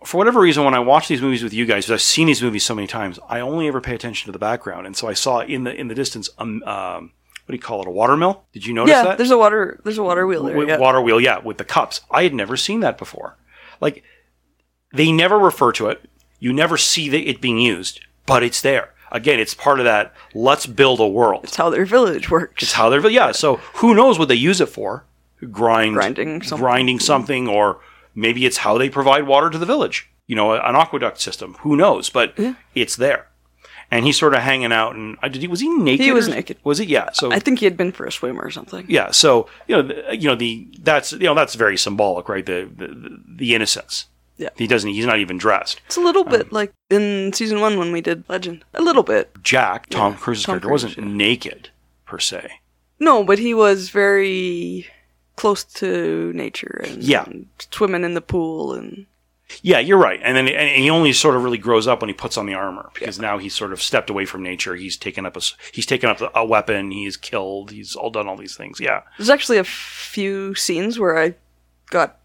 Speaker 1: for whatever reason, when I watch these movies with you guys, because I've seen these movies so many times, I only ever pay attention to the background. And so I saw in the in the distance, um, um what do you call it, a watermill? Did you notice
Speaker 2: yeah.
Speaker 1: that?
Speaker 2: There's a water. There's a water wheel there.
Speaker 1: with
Speaker 2: yeah.
Speaker 1: water wheel, yeah, with the cups. I had never seen that before. Like they never refer to it. You never see the, it being used, but it's there. Again, it's part of that let's build a world.
Speaker 2: It's how their village works.
Speaker 1: It's how they're yeah, so who knows what they use it for? Grind
Speaker 2: Grinding something.
Speaker 1: grinding something or maybe it's how they provide water to the village. You know, an aqueduct system. Who knows, but it's there. And he's sort of hanging out and uh, did he was he naked?
Speaker 2: He was
Speaker 1: or-
Speaker 2: naked.
Speaker 1: Was he? Yeah. So
Speaker 2: I think he had been for a swim or something.
Speaker 1: yeah so you know the, you know the that's you know that's very symbolic right the the, the innocence
Speaker 2: Yeah.
Speaker 1: he doesn't he's not even dressed
Speaker 2: It's a little
Speaker 1: Um,
Speaker 2: bit like in season one when we did Legend. A little bit.
Speaker 1: jack tom cruise's
Speaker 2: Tom
Speaker 1: character
Speaker 2: Cruise,
Speaker 1: wasn't
Speaker 2: yeah.
Speaker 1: naked per se
Speaker 2: No, but he was very close to nature and,
Speaker 1: Yeah.
Speaker 2: and swimming in the pool and
Speaker 1: yeah you're right and then and he only sort of really grows up when he puts on the armor because now he's sort of stepped away from nature he's taken up a s- he's taken up a weapon he's killed he's all done all these things yeah
Speaker 2: There's actually a few scenes where I got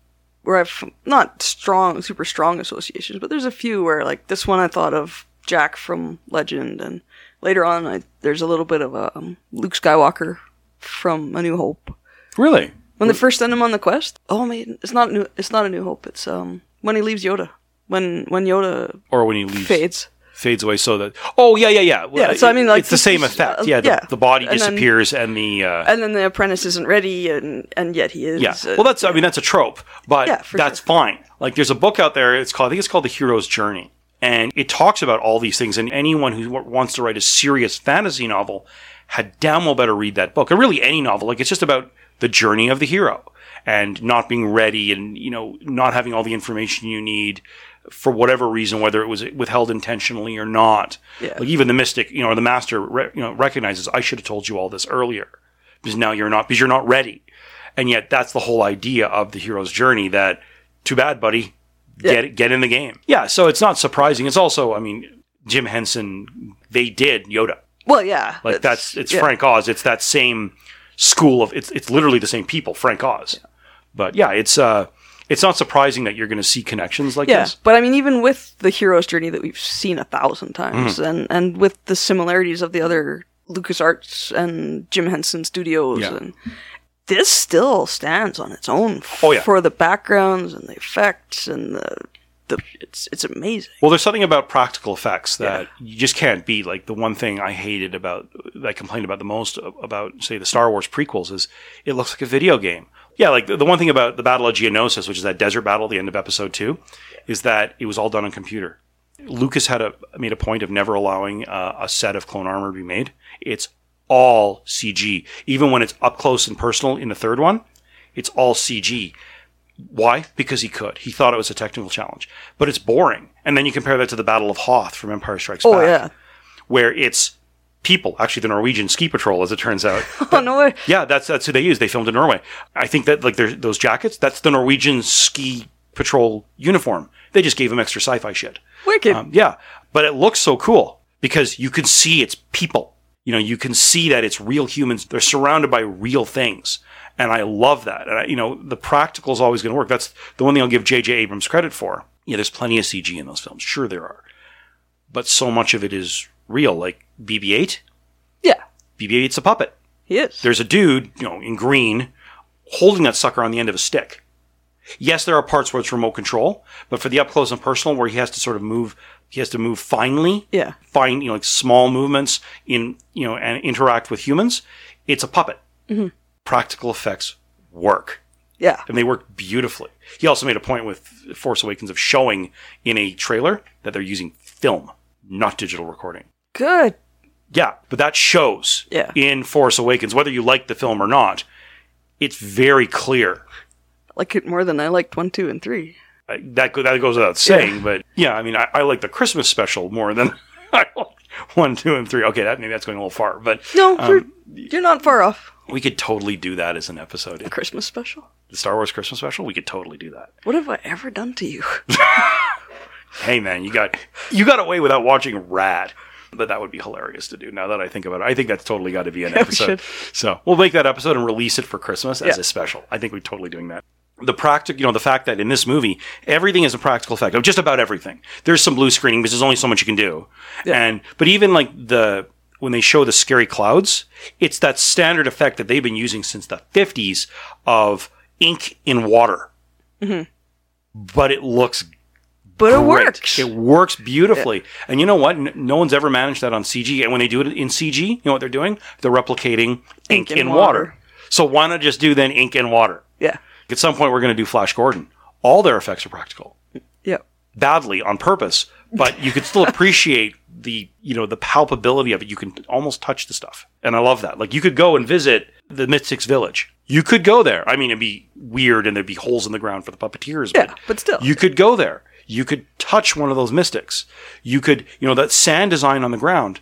Speaker 2: where I've not strong, super strong associations, but there's a few where like this one I thought of Jack from Legend, and later on I, there's a little bit of a um, Luke Skywalker from A New Hope
Speaker 1: really
Speaker 2: when they first send him on the quest. Oh man, it's not a new, it's not a New Hope. It's um when he leaves Yoda, when when Yoda
Speaker 1: or when he leaves
Speaker 2: fades.
Speaker 1: fades away so that oh yeah yeah yeah Well,
Speaker 2: Yeah, so I mean, like,
Speaker 1: it's the
Speaker 2: this
Speaker 1: same
Speaker 2: is,
Speaker 1: effect
Speaker 2: uh,
Speaker 1: yeah the,
Speaker 2: yeah.
Speaker 1: the body
Speaker 2: And then-
Speaker 1: disappears and the uh,
Speaker 2: And then the apprentice isn't ready, and and yet he is.
Speaker 1: Yeah.
Speaker 2: uh,
Speaker 1: Well, that's I mean that's a trope, but
Speaker 2: Yeah, for
Speaker 1: that's
Speaker 2: sure.
Speaker 1: fine. Like there's a book out there. It's called I think it's called The Hero's Journey, and it talks about all these things. And anyone who w- wants to write a serious fantasy novel had damn well better read that book, or really any novel. Like it's just about the journey of the hero and not being ready, and you know not having all the information you need for whatever reason, whether it was withheld intentionally or not.
Speaker 2: Yeah.
Speaker 1: Like even the mystic, you know, or the master, re- you know, recognizes I should have told you all this earlier because now you're not because you're not ready. And yet that's the whole idea of the hero's journey that too bad, buddy. Get get in the game. Yeah, so it's not surprising. It's also, I mean, Jim Henson, they did Yoda.
Speaker 2: well, yeah.
Speaker 1: Like that's it's
Speaker 2: yeah.
Speaker 1: Frank Oz. It's that same school of it's it's literally the same people, Frank Oz. But yeah, it's uh it's not surprising that you're gonna see connections like
Speaker 2: Yeah,
Speaker 1: this.
Speaker 2: but I mean, even with the hero's journey that we've seen a thousand times,
Speaker 1: Mm-hmm.
Speaker 2: and and with the similarities of the other LucasArts and Jim Henson studios,
Speaker 1: Yeah.
Speaker 2: and this still stands on its own f-
Speaker 1: Oh, yeah.
Speaker 2: for the backgrounds and the effects and the the the it's it's amazing.
Speaker 1: Well, there's something about practical effects that you just can't beat. Like the one thing I hated about, that I complained about the most a- about, say, the Star Wars prequels is it looks like a video game. Yeah, like the, the one thing about the Battle of Geonosis, which is that desert battle at the end of Episode Two, is that it was all done on computer. Lucas had a made a point of never allowing uh, a set of clone armor to be made. It's all CG, even when it's up close and personal in the third one. It's all CG. Why? Because he could. He thought it was a technical challenge, but it's boring. And then you compare that to the Battle of Hoth from Empire Strikes
Speaker 2: Oh
Speaker 1: Back,
Speaker 2: yeah.
Speaker 1: where it's people, actually the Norwegian ski patrol, as it turns
Speaker 2: <laughs>
Speaker 1: out.
Speaker 2: Oh no way.
Speaker 1: yeah, that's that's who they use. They filmed in Norway. I think that like there's those jackets. That's the Norwegian ski patrol uniform. They just gave him extra sci-fi shit.
Speaker 2: Wicked.
Speaker 1: Um, yeah, but it looks so cool because you can see it's people. You know, you can see that it's real humans. They're surrounded by real things, and I love that. And I, you know, the practical is always going to work. That's the one thing I'll give J.J. Abrams credit for. Yeah, there's plenty of CG in those films. Sure, there are, but so much of it is real. Like BB-8,
Speaker 2: yeah.
Speaker 1: BB-8's a puppet
Speaker 2: He is.
Speaker 1: there's a dude, you know, in green, holding that sucker on the end of a stick. Yes, there are parts where it's remote control, but for the up close and personal, where he has to sort of move, he has to move finely,
Speaker 2: Yeah.
Speaker 1: fine, you know, like small movements in, you know, and interact with humans. It's a puppet.
Speaker 2: Mm-hmm.
Speaker 1: Practical effects work,
Speaker 2: yeah.
Speaker 1: and they work beautifully. He also made a point with Force Awakens of showing in a trailer that they're using film, not digital recording.
Speaker 2: Good.
Speaker 1: Yeah, but that shows
Speaker 2: Yeah.
Speaker 1: in Force Awakens, whether you like the film or not, it's very clear.
Speaker 2: I like it more than I liked one, two, and three.
Speaker 1: Uh, That go- that goes without saying, but yeah, I mean, I, I like the Christmas special more than <laughs> I like one, two, and three. Okay, that maybe that's going a little far, but um,
Speaker 2: No, you're, you're not far off.
Speaker 1: we could totally do that as an episode.
Speaker 2: Christmas special.
Speaker 1: The Star Wars Christmas special, we could totally do that.
Speaker 2: What have I ever done to you? <laughs>
Speaker 1: Hey man, you got you got away without watching Rat. But that would be hilarious to do now that I think about it. I think that's totally got to
Speaker 2: <laughs>
Speaker 1: be an
Speaker 2: we
Speaker 1: episode.
Speaker 2: should.
Speaker 1: So we'll make that episode and release it for Christmas as
Speaker 2: Yeah.
Speaker 1: a special. I think we're totally doing that. The practical, you know, the fact that in this movie, everything is a practical effect of just about everything. There's some blue screening because there's only so much you can do. And, but even like the, when they show the scary clouds, it's that standard effect that they've been using since the 50s of ink in water.
Speaker 2: Mm-hmm.
Speaker 1: But it looks
Speaker 2: But it
Speaker 1: great.
Speaker 2: works.
Speaker 1: It works beautifully. And you know what? N- No one's ever managed that on CG. And when they do it in CG, you know what they're doing? They're replicating ink,
Speaker 2: in
Speaker 1: in water.
Speaker 2: water.
Speaker 1: So why not just do then ink in water?
Speaker 2: yeah.
Speaker 1: At some point, we're going to do Flash Gordon. All their effects are practical,
Speaker 2: Yeah.
Speaker 1: badly on purpose, but you could
Speaker 2: <laughs>
Speaker 1: still appreciate the you know the palpability of it. You can almost touch the stuff, and I love that. Like you could go and visit the Mystics Village. You could go there. I mean, it'd be weird, and there'd be holes in the ground for the puppeteers.
Speaker 2: Yeah, but still.
Speaker 1: you could go there. You could touch one of those mystics. You could, you know, that sand design on the ground.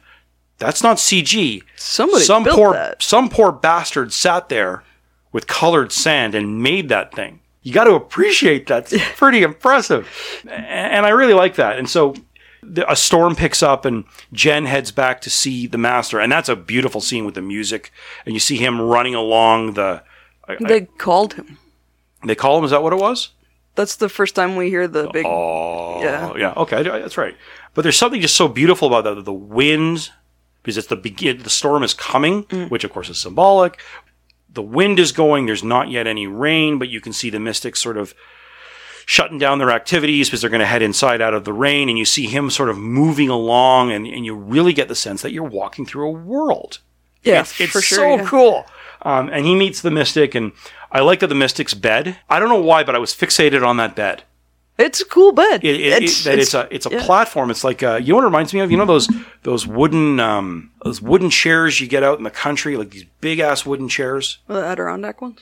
Speaker 1: That's not CG.
Speaker 2: Somebody
Speaker 1: some
Speaker 2: built
Speaker 1: poor
Speaker 2: that.
Speaker 1: some poor bastard sat there with colored sand and made that thing. You got to appreciate that.
Speaker 2: <laughs>
Speaker 1: It's pretty impressive, A- and I really like that. And so. the- A storm picks up and Jen heads back to see the master, and that's a beautiful scene with the music. And you see him running along the. I- I-
Speaker 2: They called him.
Speaker 1: they call him. Is that what it was?
Speaker 2: That's the first time we hear the big. Yeah.
Speaker 1: Oh, yeah. Okay, I- that's right. But there's something just so beautiful about that. The wind, because it's the begin, the storm is coming,
Speaker 2: Mm.
Speaker 1: which of course is symbolic. The wind is going. There's not yet any rain, but you can see the mystics sort of shutting down their activities because they're going to head inside out of the rain. And you see him sort of moving along, and, and you really get the sense that you're walking through a world
Speaker 2: Yeah,
Speaker 1: it's, it's
Speaker 2: for sure.
Speaker 1: so
Speaker 2: yeah.
Speaker 1: cool. Um, and he meets the mystic, and I like that the mystic's bed. I don't know why, but I was fixated on that bed.
Speaker 2: It's a cool bed.
Speaker 1: It, it, it, that it's, a it's a
Speaker 2: yeah.
Speaker 1: platform. It's like uh you know what it reminds me of. You know those those wooden um, those wooden chairs you get out in the country, like these big ass wooden chairs.
Speaker 2: Well, the Adirondack ones.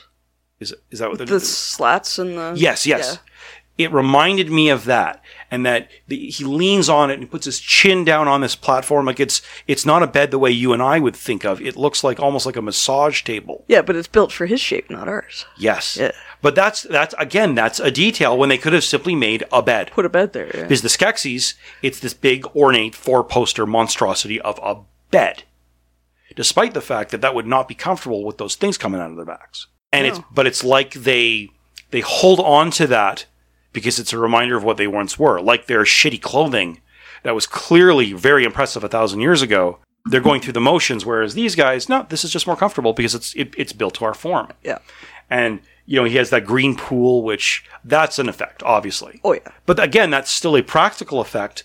Speaker 1: Is is that what they're?
Speaker 2: The slats and the.
Speaker 1: yes, yes. It reminded me of that, and that the, he leans on it and puts his chin down on this platform, like it's it's not a bed the way you and I would think of. It looks like almost like a massage table.
Speaker 2: Yeah. yeah, but it's built for his shape, not ours.
Speaker 1: Yes.
Speaker 2: Yeah.
Speaker 1: But that's that's again that's a detail when they could have simply made a bed.
Speaker 2: Put a bed there. Yeah.
Speaker 1: Because the Skeksis, it's this big ornate four poster monstrosity of a bed. Despite the fact that that would not be comfortable with those things coming out of their backs. And it's but it's like they they hold on to that because it's a reminder of what they once were, like their shitty clothing that was clearly very impressive a thousand years ago. They're going through the motions, whereas these guys, no, this is just more comfortable because it's it, it's built to our form
Speaker 2: yeah.
Speaker 1: and you know, he has that green pool, which that's an effect, obviously.
Speaker 2: Oh yeah.
Speaker 1: But again, that's still a practical effect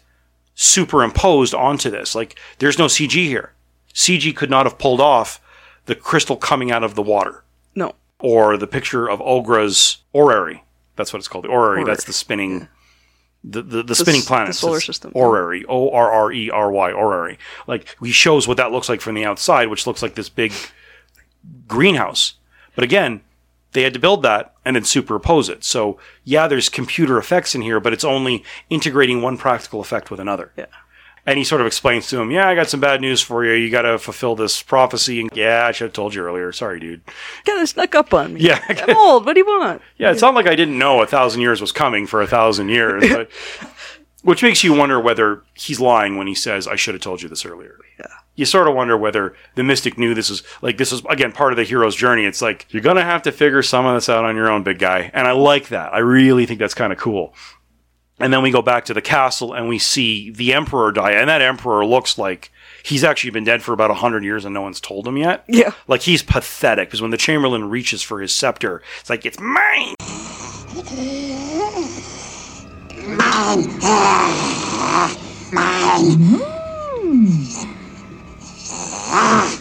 Speaker 1: superimposed onto this. Like, there's no CG here. CG could not have pulled off the crystal coming out of the water
Speaker 2: No.
Speaker 1: or the picture of Olgra's orrery. That's what it's called. The orrery. That's the spinning, the, the, the, spinning
Speaker 2: s-
Speaker 1: planets.
Speaker 2: the solar
Speaker 1: It's
Speaker 2: system.
Speaker 1: Orrery. O R R E R Y. Orrery. Like he shows what that looks like from the outside, which looks like this big greenhouse. But again, they had to build that and then superimpose it. So yeah, there's computer effects in here, but it's only integrating one practical effect with another.
Speaker 2: Yeah.
Speaker 1: And he sort of explains to him, "Yeah, I got some bad news for you. You got to fulfill this prophecy." And yeah, I should have told you earlier. Sorry, dude.
Speaker 2: Kind of snuck up on me.
Speaker 1: Yeah.
Speaker 2: I'm old. What do you want?
Speaker 1: Yeah, it's not like I didn't know a thousand years was coming for a thousand years, but which makes you wonder whether he's lying when he says, "I should have told you this earlier." Yeah, you sort of wonder whether the mystic knew this is like this is again part of the hero's journey. It's like you're gonna have to figure some of this out on your own, big guy. And I like that. I really think that's kind of cool. And then we go back to the castle and we see the emperor die, and that emperor looks like he's actually been dead for about hundred years and no one's told him yet.
Speaker 2: Yeah.
Speaker 1: Like he's pathetic because when the Chamberlain reaches for his scepter, it's like it's mine. Mine.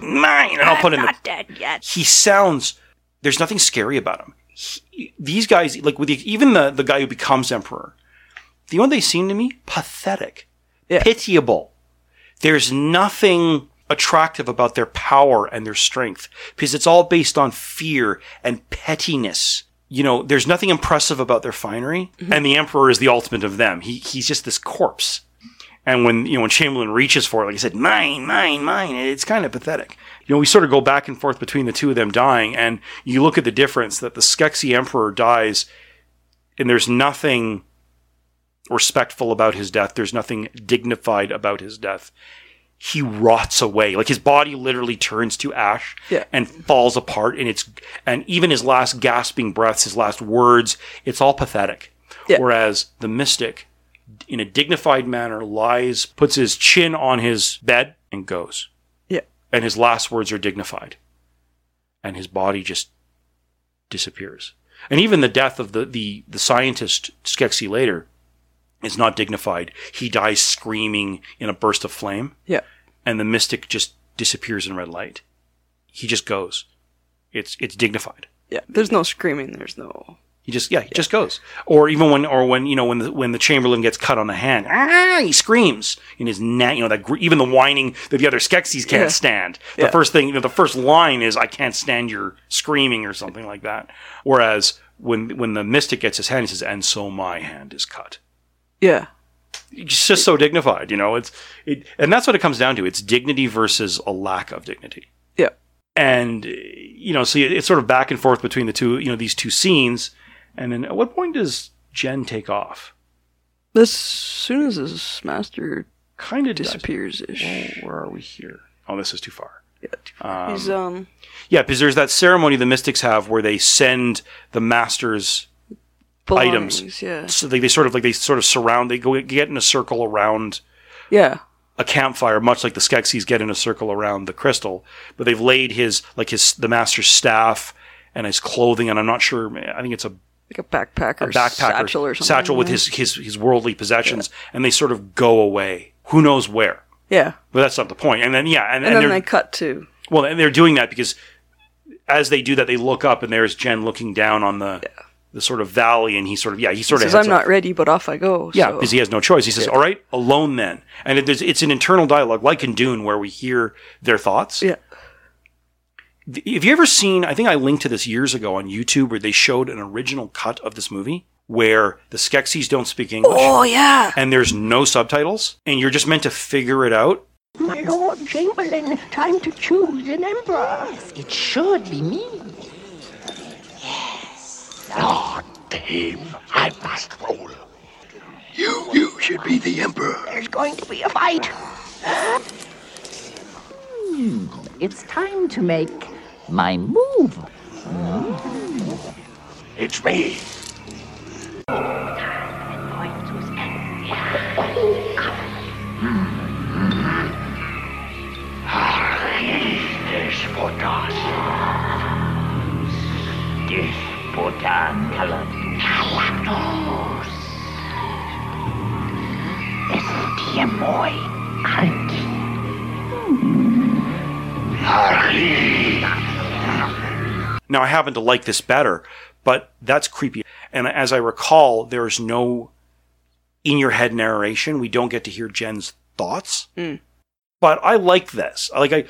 Speaker 1: Mine. And I'll put in the
Speaker 4: dead yet.
Speaker 1: he sounds there's nothing scary about him. He, these guys, like with the, even the the guy who becomes emperor, the one they seem to me pathetic,
Speaker 2: Yeah.
Speaker 1: pitiable. There's nothing attractive about their power and their strength because it's all based on fear and pettiness. You know, there's nothing impressive about their finery, and the emperor is the ultimate of them. He he's just this corpse. And when you know when Chamberlain reaches for it, like I said, mine, mine, mine, and it's kind of pathetic. You know, we sort of go back and forth between the two of them dying, and you look at the difference that the Skeksis Emperor dies, and there's nothing respectful about his death. There's nothing dignified about his death. He rots away, like his body literally turns to ash
Speaker 2: Yeah.
Speaker 1: and falls apart. And it's and even his last gasping breaths, his last words, it's all pathetic.
Speaker 2: Yeah.
Speaker 1: Whereas the mystic in a dignified manner, lies, puts his chin on his bed, and goes.
Speaker 2: Yeah.
Speaker 1: And his last words are dignified. And his body just disappears. And even the death of the, the, the scientist, Skeksis later, is not dignified. He dies screaming in a burst of flame,
Speaker 2: Yeah.
Speaker 1: and the mystic just disappears in red light. He just goes. It's, it's dignified.
Speaker 2: Yeah. There's no screaming. There's no.
Speaker 1: He just yeah, he just goes. Or even when or when you know when the, when the Chamberlain gets cut on the hand, ah, he screams in his neck. You know that gr- even the whining that the other Skeksis can't
Speaker 2: Yeah.
Speaker 1: stand. The
Speaker 2: Yeah.
Speaker 1: first thing you know, the first line is I can't stand your screaming or something like that. Whereas when when the Mystic gets his hand, he says, and so my hand is cut.
Speaker 2: Yeah.
Speaker 1: It's just so dignified, you know. It's it, and that's what it comes down to. It's dignity versus a lack of dignity
Speaker 2: Yeah.
Speaker 1: and uh, you know, so it's sort of back and forth between the two, you know, these two scenes. And then at what point does Jen take off?
Speaker 2: As soon as his master
Speaker 1: Kind of
Speaker 2: disappears, ish.
Speaker 1: Where are we here? Oh, this is too far.
Speaker 2: He's um.
Speaker 1: Yeah, because there's that ceremony the mystics have where they send the masters. items.
Speaker 2: belongings, Yeah.
Speaker 1: So they, they sort of like they sort of surround. They go get in a circle around
Speaker 2: Yeah.
Speaker 1: a campfire, much like the Skeksis get in a circle around the crystal. But they've laid his like his the master's staff and his clothing, and I'm not sure. I think it's a
Speaker 2: Like a backpack or
Speaker 1: a backpacker
Speaker 2: satchel or something.
Speaker 1: satchel with
Speaker 2: yeah.
Speaker 1: his, his his worldly possessions, and they sort of go away. Who knows where?
Speaker 2: Yeah.
Speaker 1: But that's not the point. And then yeah, and,
Speaker 2: And,
Speaker 1: and
Speaker 2: then
Speaker 1: they're
Speaker 2: they cut to.
Speaker 1: well, and they're doing that because as they do that, they look up, and there's Jen looking down on the the sort of valley, and he sort of yeah, he sort
Speaker 2: Says
Speaker 1: of
Speaker 2: I'm
Speaker 1: heads up.
Speaker 2: not ready, but off I go.
Speaker 1: Yeah,
Speaker 2: so-
Speaker 1: because he has no choice. He says, "All right, alone then." And it, there's- it's an internal dialogue, like in Dune, where we hear their thoughts.
Speaker 2: Yeah.
Speaker 1: Th- Have you ever seen? I think I linked to this years ago on YouTube, where they showed an original cut of this movie where the Skeksis don't speak English.
Speaker 2: Oh yeah.
Speaker 1: and there's no subtitles, and you're just meant to figure it out.
Speaker 5: My Lord Chamberlain, time to choose an emperor.
Speaker 6: It should be me.
Speaker 7: Lord Dame, I must rule. You, you should be the emperor.
Speaker 5: There's going to be a fight.
Speaker 6: Hmm. It's time to make my move.
Speaker 7: It's me. Archistes potas.
Speaker 6: Yes, Bhutan colored. Kawanos. Estiamoy. Kalki.
Speaker 1: Now, I happen to like this better, but that's creepy. And as I recall, there's no in your head narration. We don't get to hear Jen's thoughts.
Speaker 2: Hmm.
Speaker 1: But I like this. I Like I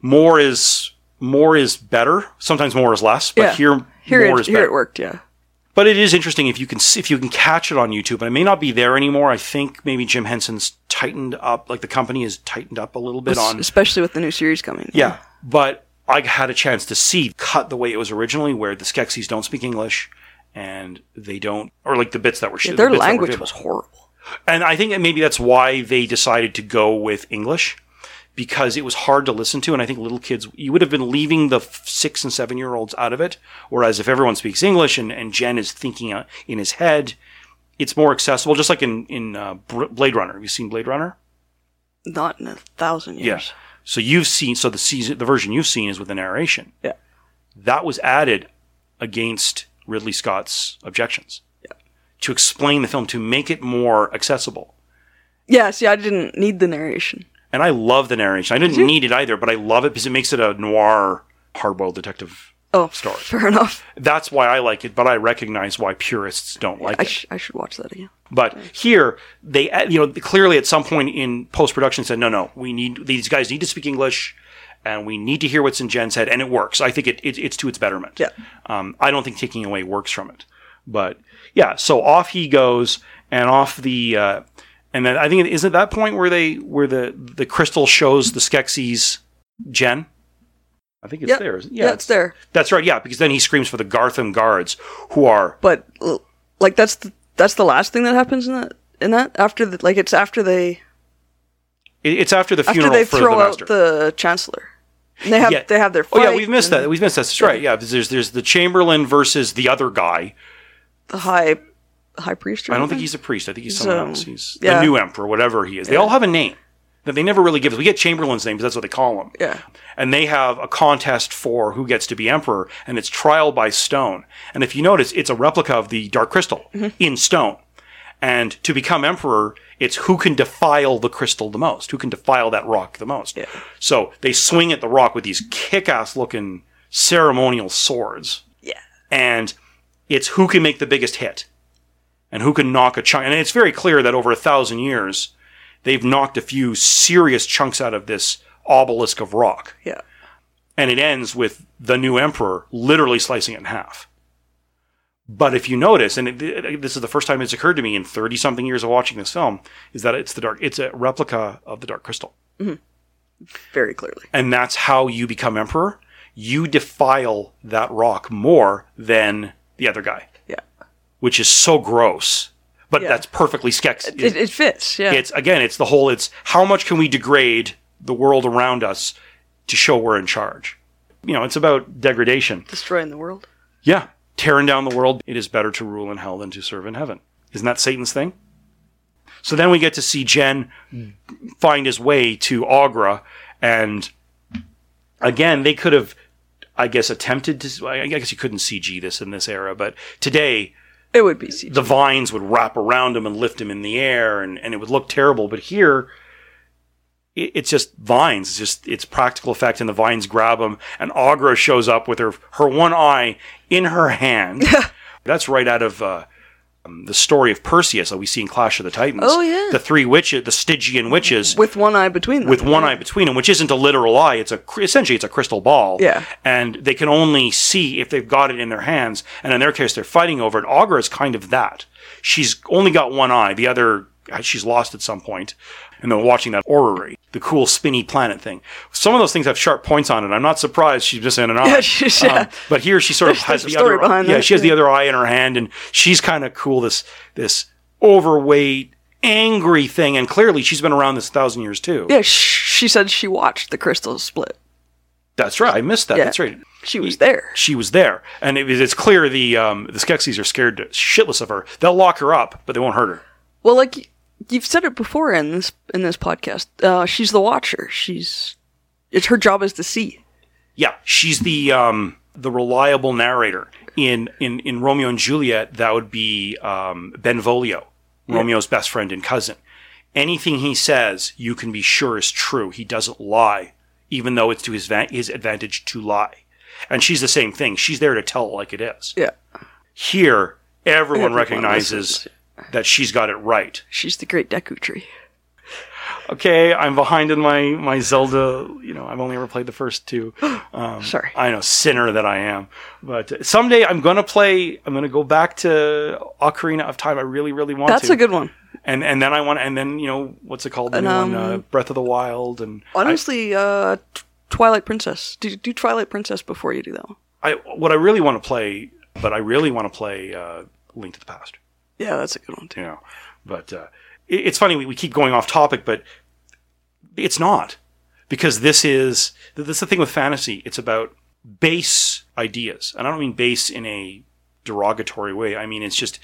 Speaker 1: more is more is better. Sometimes more is less, but
Speaker 2: Yeah.
Speaker 1: here
Speaker 2: Here,
Speaker 1: more
Speaker 2: it,
Speaker 1: is
Speaker 2: here
Speaker 1: better.
Speaker 2: it worked, yeah.
Speaker 1: But it is interesting if you can see, if you can catch it on YouTube. And it may not be there anymore. I think maybe Jim Henson's tightened up, like the company has tightened up a little bit on
Speaker 2: Especially with the new series coming.
Speaker 1: yeah, but I had a chance to see cut the way it was originally, where the Skeksis don't speak English and they don't, or like the bits that were sh-
Speaker 2: Yeah,
Speaker 1: the
Speaker 2: their
Speaker 1: bits that were
Speaker 2: language
Speaker 1: good.
Speaker 2: was horrible.
Speaker 1: And I think that maybe that's why they decided to go with English because it was hard to listen to. And I think little kids, you would have been leaving the f- six and seven year olds out of it. Whereas if everyone speaks English and, and Jen is thinking uh, in his head, it's more accessible, just like in, in uh, Br- Blade Runner. Have you seen Blade Runner?
Speaker 2: Not in a thousand years.
Speaker 1: Yeah. So you've seen so the season the version you've seen is with the narration.
Speaker 2: Yeah.
Speaker 1: That was added against Ridley Scott's objections. Yeah. To explain the film to make it more accessible.
Speaker 2: Yeah, see, I didn't need the narration.
Speaker 1: And I love the narration. I didn't need it either, but I love it because it makes it a noir hardboiled detective.
Speaker 2: Oh,
Speaker 1: Story.
Speaker 2: <laughs> fair enough.
Speaker 1: That's why I like it, but I recognize why purists don't like
Speaker 2: I,
Speaker 1: it.
Speaker 2: sh- I should watch that again.
Speaker 1: But here, they uh, you know clearly at some point in post production said, no, no, we need these guys need to speak English, and we need to hear what's in Jen's head, and it works. I think it, it it's to its betterment.
Speaker 2: Yeah.
Speaker 1: Um, I don't think taking away works from it, but yeah. So off he goes, and off the, uh, and then I think it is at that point where they where the the crystal shows the Skeksis Jen. I think it's
Speaker 2: Yep.
Speaker 1: there. isn't-
Speaker 2: Yeah, it's there.
Speaker 1: That's right. Yeah, because then he screams for the Gartham guards, who are
Speaker 2: But l- like that's the, that's the last thing that happens in that in that after the, like it's after they
Speaker 1: it- it's after the
Speaker 2: after
Speaker 1: funeral
Speaker 2: they
Speaker 1: for
Speaker 2: throw
Speaker 1: the
Speaker 2: out
Speaker 1: master.
Speaker 2: the chancellor. And they have
Speaker 1: Yeah.
Speaker 2: they have their
Speaker 1: Oh
Speaker 2: fight
Speaker 1: yeah, we've missed
Speaker 2: and
Speaker 1: that. We've missed that. That's right. Yeah, because there's there's the Chamberlain versus the other guy.
Speaker 2: the high high priest. or
Speaker 1: I don't think
Speaker 2: anything?
Speaker 1: he's a priest. I think he's
Speaker 2: He's,
Speaker 1: someone
Speaker 2: um,
Speaker 1: else. He's
Speaker 2: yeah.
Speaker 1: the new emperor, whatever he is. They all have a name that they never really give us. We get Chamberlain's name because that's what they call him.
Speaker 2: Yeah.
Speaker 1: And they have a contest for who gets to be emperor, and it's trial by stone. And if you notice, it's a replica of the Dark Crystal in stone. And to become emperor, it's who can defile the crystal the most, who can defile that rock the most. So they swing at the rock with these kick ass looking ceremonial swords.
Speaker 2: Yeah.
Speaker 1: And it's who can make the biggest hit and who can knock a chunk. And it's very clear that over a thousand years, they've knocked a few serious chunks out of this obelisk of rock.
Speaker 2: Yeah.
Speaker 1: And it ends with the new emperor literally slicing it in half. But if you notice, and it, this is the first time it's occurred to me in thirty something years of watching this film, is that it's the dark. It's a replica of the Dark Crystal,
Speaker 2: Very clearly.
Speaker 1: and that's how you become emperor. You defile that rock more than the other guy,
Speaker 2: Yeah.
Speaker 1: which is so gross. But
Speaker 2: Yeah.
Speaker 1: that's perfectly skex.
Speaker 2: It, it fits. Yeah.
Speaker 1: it's again it's the whole it's how much can we degrade the world around us to show we're in charge you know it's about degradation
Speaker 2: destroying the world.
Speaker 1: yeah tearing down the world it is better to rule in hell than to serve in heaven isn't that satan's thing so then we get to see jen find his way to agra and again they could have i guess attempted to i guess you couldn't cg this in this era but today
Speaker 2: It would be CG.
Speaker 1: the vines would wrap around him and lift him in the air and, and it would look terrible but here it, it's just vines it's just it's practical effect and the vines grab him and agra shows up with her her one eye in her
Speaker 2: <laughs>
Speaker 1: hand that's right out of uh, um, the story of perseus that we see in clash of the titans
Speaker 2: Oh, yeah.
Speaker 1: the three witches the stygian witches
Speaker 2: with one eye between them.
Speaker 1: with one eye between them, which isn't a literal eye. It's a cr- essentially it's a crystal ball.
Speaker 2: Yeah.
Speaker 1: and they can only see if they've got it in their hands. And in their case, they're fighting over it. Augur is kind of that. She's only got one eye. The other uh, she's lost at some point. And they're watching that orrery, the cool spinny planet thing. Some of those things have sharp points on it. I'm not surprised she's just in an eye.
Speaker 2: <laughs>
Speaker 1: Um,
Speaker 2: Yeah, she's- yeah.
Speaker 1: but here she sort of has
Speaker 2: there's a
Speaker 1: the
Speaker 2: story
Speaker 1: other.
Speaker 2: behind
Speaker 1: yeah,
Speaker 2: that,
Speaker 1: she has the
Speaker 2: yeah.
Speaker 1: other eye in her hand, and she's kind of cool. This this overweight, angry thing, and clearly she's been around this thousand years too.
Speaker 2: Yeah, sh- she said she watched the crystal split.
Speaker 1: That's right. I missed that.
Speaker 2: Yeah.
Speaker 1: That's right.
Speaker 2: She was there.
Speaker 1: She was there, and it, was- it's clear the um, the Skeksis are scared to- shitless of her. They'll lock her up, but they won't hurt her.
Speaker 2: Well, like y- you've said it before in this in this podcast, uh, she's the watcher. She's it's her job is to see.
Speaker 1: Yeah, she's the um, the reliable narrator in in in Romeo and Juliet. That would be um, Benvolio, Romeo's best friend and cousin. Anything he says, you can be sure is true. He doesn't lie, even though it's to his van- his advantage to lie. And she's the same thing. She's there to tell it like it is.
Speaker 2: Yeah.
Speaker 1: Here, everyone
Speaker 2: Everyone
Speaker 1: recognizes
Speaker 2: listens,
Speaker 1: that she's got it right.
Speaker 2: She's the great Deku tree.
Speaker 1: Okay, I'm behind in my my Zelda. You know, I've only ever played the first
Speaker 2: <gasps>
Speaker 1: two.
Speaker 2: Sorry.
Speaker 1: Um, I know, sinner that I am. But someday I'm gonna play. I'm gonna go back to Ocarina of Time. I really, really want
Speaker 2: That's
Speaker 1: to.
Speaker 2: a good one.
Speaker 1: And and then I want. And then you know what's it called? The
Speaker 2: And,
Speaker 1: new one,
Speaker 2: um,
Speaker 1: uh, Breath of the Wild. And
Speaker 2: Honestly, uh, T- Twilight Princess. Do, do Twilight Princess before you do that one.
Speaker 1: I, I what I really want to play, but I really want to play uh, Link to the Past.
Speaker 2: Yeah, that's a good one too.
Speaker 1: You know, but uh, it, it's funny we, we keep going off topic, but it's not because this is th- this is the thing with fantasy. It's about base ideas, and I don't mean base in a derogatory way. I mean it's just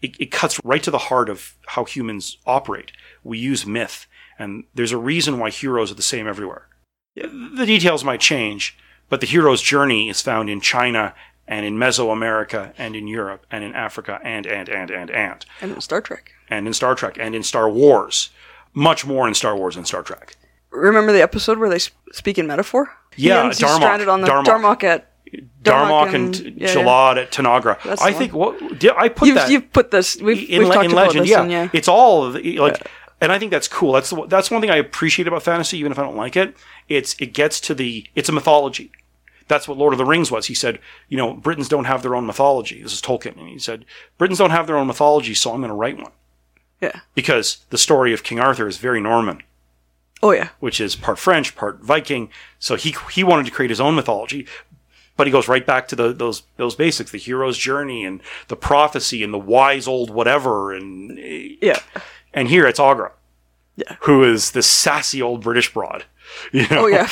Speaker 1: it, it cuts right to the heart of how humans operate. We use myth, and there's a reason why heroes are the same everywhere. The details might change, but the hero's journey is found in China and in Mesoamerica and in Europe and in Africa and and and and and
Speaker 2: And then Star Trek.
Speaker 1: and in Star Trek and in Star Wars. Much more in Star Wars than Star Trek.
Speaker 2: Remember the episode where they sp- speak in metaphor? He
Speaker 1: Yeah,
Speaker 2: ends- he's
Speaker 1: Darmok,
Speaker 2: stranded on the
Speaker 1: Darmok.
Speaker 2: Darmok at. Darmok
Speaker 1: Darmok and,
Speaker 2: and-
Speaker 1: and
Speaker 2: yeah, yeah.
Speaker 1: Jalad at Tanagra.
Speaker 2: That's
Speaker 1: I
Speaker 2: the
Speaker 1: think what did I put
Speaker 2: You've,
Speaker 1: that
Speaker 2: you've put this. We've,
Speaker 1: in,
Speaker 2: we've
Speaker 1: Le-
Speaker 2: talked
Speaker 1: in
Speaker 2: about
Speaker 1: Legend.
Speaker 2: this.
Speaker 1: yeah.
Speaker 2: and yeah.
Speaker 1: it's all of the, like, and I think that's cool. That's the, that's one thing I appreciate about fantasy, even if I don't like it. It's it gets to the it's a mythology. That's what Lord of the Rings was. He said, you know, Britons don't have their own mythology. This is Tolkien, and he said, Britons don't have their own mythology, so I'm going to write one
Speaker 2: yeah.
Speaker 1: because the story of King Arthur is very Norman
Speaker 2: Oh yeah.
Speaker 1: which is part French, part Viking. So he he wanted to create his own mythology, but he goes right back to the, those those basics: the hero's journey and the prophecy and the wise old whatever. And
Speaker 2: Yeah.
Speaker 1: and here it's Agra,
Speaker 2: Yeah.
Speaker 1: who is this sassy old British broad, <laughs> you know,
Speaker 2: Oh yeah.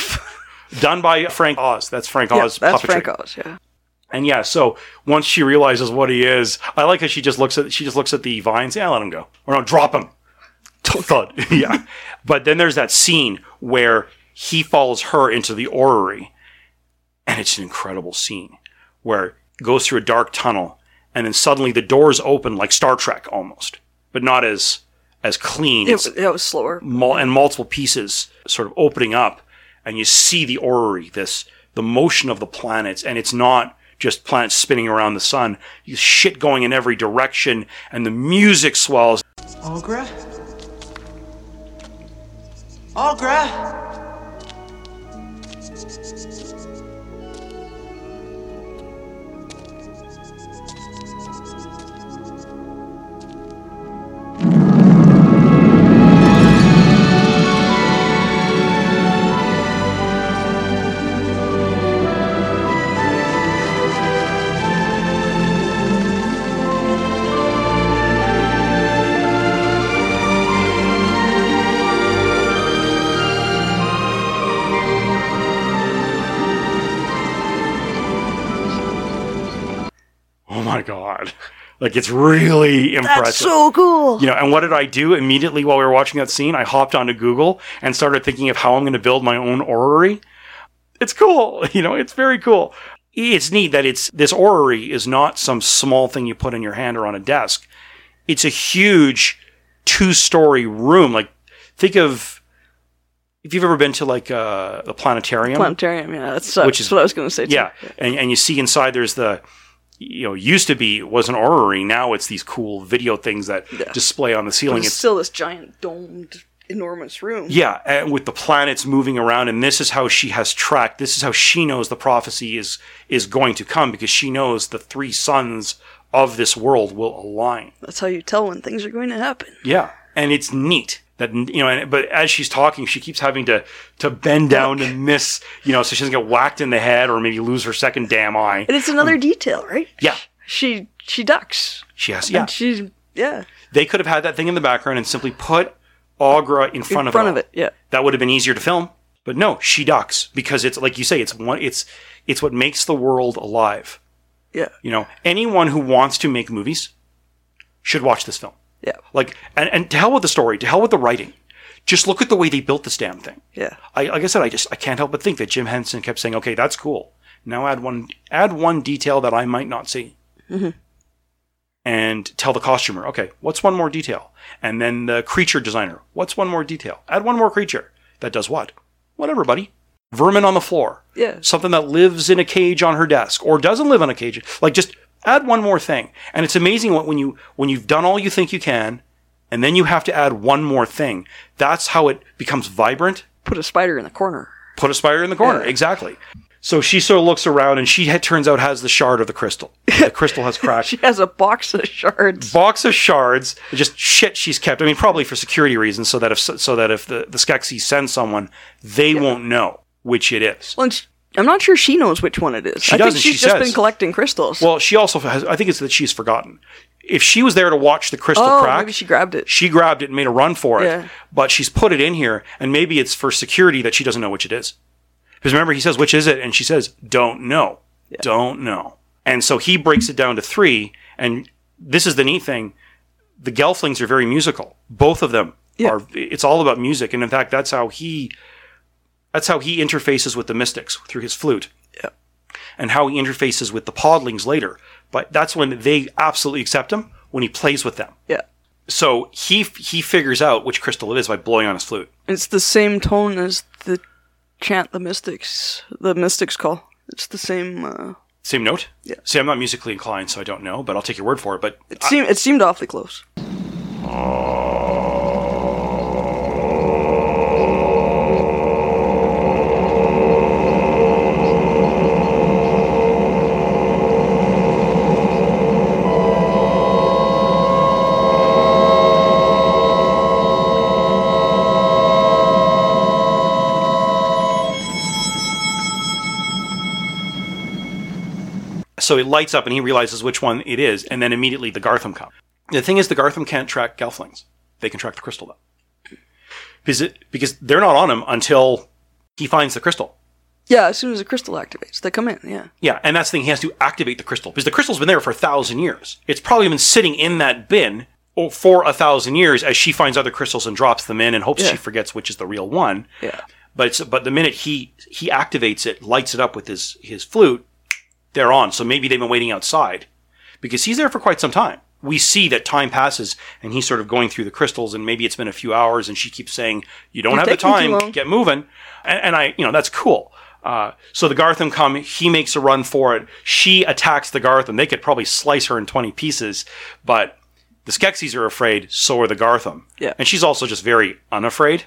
Speaker 1: done by Frank Oz. That's Frank
Speaker 2: <laughs> yeah
Speaker 1: Oz.
Speaker 2: that's
Speaker 1: puppetry.
Speaker 2: Frank Oz. Yeah.
Speaker 1: And yeah, so once she realizes what he is, I like how she just looks at she just looks at the vines. Yeah, let him go, or no, drop him. <laughs> Thud. <laughs> yeah. But then there's that scene where he follows her into the orrery, and it's an incredible scene where it goes through a dark tunnel, and then suddenly the doors open like Star Trek almost, but not as as clean.
Speaker 2: It,
Speaker 1: It's-
Speaker 2: was- it was slower.
Speaker 1: mul- and multiple pieces sort of opening up and you see the orrery this the motion of the planets and it's not just planets spinning around the sun you shit going in every direction and the music swells
Speaker 4: Agra? Agra?
Speaker 1: oh my god like it's really impressive
Speaker 2: That's so cool.
Speaker 1: you know and what did i do immediately while we were watching that scene i hopped onto google and started thinking of how i'm going to build my own orrery it's cool <laughs> you know it's very cool it's neat that it's this orrery is not some small thing you put in your hand or on a desk it's a huge two-story room like think of if you've ever been to like uh, the planetarium
Speaker 2: Planetarium. Yeah. That's, uh,
Speaker 1: Which
Speaker 2: that's
Speaker 1: is-
Speaker 2: what I was going to say. Too.
Speaker 1: yeah, and and you see inside there's the you know used to be it was an orrery now it's these cool video things that display on the
Speaker 2: But
Speaker 1: ceiling
Speaker 2: it's
Speaker 1: it's
Speaker 2: still this giant domed, enormous room.
Speaker 1: yeah and with the planets moving around and this is how she has tracked this is how she knows the prophecy is is going to come because she knows the three suns of this world will align
Speaker 2: That's how you tell when things are going to happen.
Speaker 1: yeah and it's neat that you know and, but as she's talking she keeps having to to bend down and miss you know so she doesn't get whacked in the head or maybe lose her second damn eye
Speaker 2: And it's another detail, right?
Speaker 1: Um, yeah
Speaker 2: She she ducks.
Speaker 1: she has yeah
Speaker 2: And she's yeah.
Speaker 1: They could have had that thing in the background and simply put Agra in front
Speaker 2: in
Speaker 1: of
Speaker 2: front
Speaker 1: it.
Speaker 2: of it. Yeah.
Speaker 1: That would have been easier to film. But no, she ducks because it's like you say, it's one it's it's what makes the world alive.
Speaker 2: Yeah.
Speaker 1: You know, anyone who wants to make movies should watch this film.
Speaker 2: Yeah.
Speaker 1: Like and, and to hell with the story, to hell with the writing. Just look at the way they built this damn thing.
Speaker 2: Yeah.
Speaker 1: I, like I said, I just I can't help but think that Jim Henson kept saying, "Okay, that's cool," Now add one add one detail that I might not see. And tell the costumer, okay, what's one more detail? And then the creature designer, what's one more detail? Add one more creature. That does what? Whatever, buddy. Vermin on the floor.
Speaker 2: Yeah.
Speaker 1: Something that lives in a cage on her desk or doesn't live in a cage. Like just add one more thing. And it's amazing what when you when you've done all you think you can and then you have to add one more thing. That's how it becomes vibrant
Speaker 2: Put a spider in the corner. <laughs>
Speaker 1: put a spider in the corner. Exactly. So she sort of looks around and she ha- turns out has the shard of the crystal. The crystal
Speaker 2: <laughs>
Speaker 1: has crashed.
Speaker 2: She has a box of shards.
Speaker 1: Box of shards, just shit she's kept. I mean, probably for security reasons, so that if so that if the the Skeksis send someone, they won't know which it is.
Speaker 2: Well, and she- I'm not sure she knows which one it is.
Speaker 1: She
Speaker 2: I
Speaker 1: doesn't,
Speaker 2: think she's
Speaker 1: she
Speaker 2: just
Speaker 1: says.
Speaker 2: been collecting crystals.
Speaker 1: Well, she also has. I think it's that she's forgotten. If she was there to watch the crystal
Speaker 2: oh,
Speaker 1: crack,
Speaker 2: maybe she grabbed it.
Speaker 1: she grabbed it and made a run for it.
Speaker 2: Yeah.
Speaker 1: But she's put it in here, and maybe it's for security that she doesn't know which it is. Because remember, he says, which is it? And she says, don't know. Don't know. And so he breaks it down to three. And this is the neat thing the Gelflings are very musical. Both of them
Speaker 2: Yeah.
Speaker 1: are, it's all about music. And in fact, that's how he. That's how he interfaces with the mystics through his flute,
Speaker 2: Yeah.
Speaker 1: and how he interfaces with the podlings later. But that's when they absolutely accept him when he plays with them
Speaker 2: Yeah.
Speaker 1: so he he figures out which crystal it is by blowing on his flute.
Speaker 2: It's the same tone as the chant the mystics the mystics call. It's the same uh,
Speaker 1: Same note.
Speaker 2: Yeah.
Speaker 1: See, I'm not musically inclined, so I don't know, but I'll take your word for it. But
Speaker 2: it seemed it seemed awfully close.
Speaker 1: so it lights up, and he realizes which one it is, and then immediately the Gartham come. The thing is, the Gartham can't track Gelflings; they can track the crystal though, because it, because they're not on him until he finds the crystal.
Speaker 2: Yeah, as soon as the crystal activates, they come in, yeah.
Speaker 1: Yeah, and that's the thing. He has to activate the crystal because the crystal's been there for a thousand years. It's probably been sitting in that bin o- for a thousand years as she finds other crystals and drops them in and hopes
Speaker 2: Yeah.
Speaker 1: she forgets which is the real one.
Speaker 2: Yeah.
Speaker 1: But it's, but the minute he he activates it, lights it up with his his flute, they're on. So maybe they've been waiting outside because he's there for quite some time. We see that time passes and he's sort of going through the crystals and maybe it's been a few hours and she keeps saying, "You don't have the
Speaker 2: taking too
Speaker 1: time.
Speaker 2: long."
Speaker 1: Get moving." And, and I, you know, that's cool. Uh, so the Gartham come. He makes a run for it. She attacks the Gartham. They could probably slice her in twenty pieces, but the Skeksis are afraid. So are the Gartham.
Speaker 2: Yeah.
Speaker 1: And she's also just very unafraid.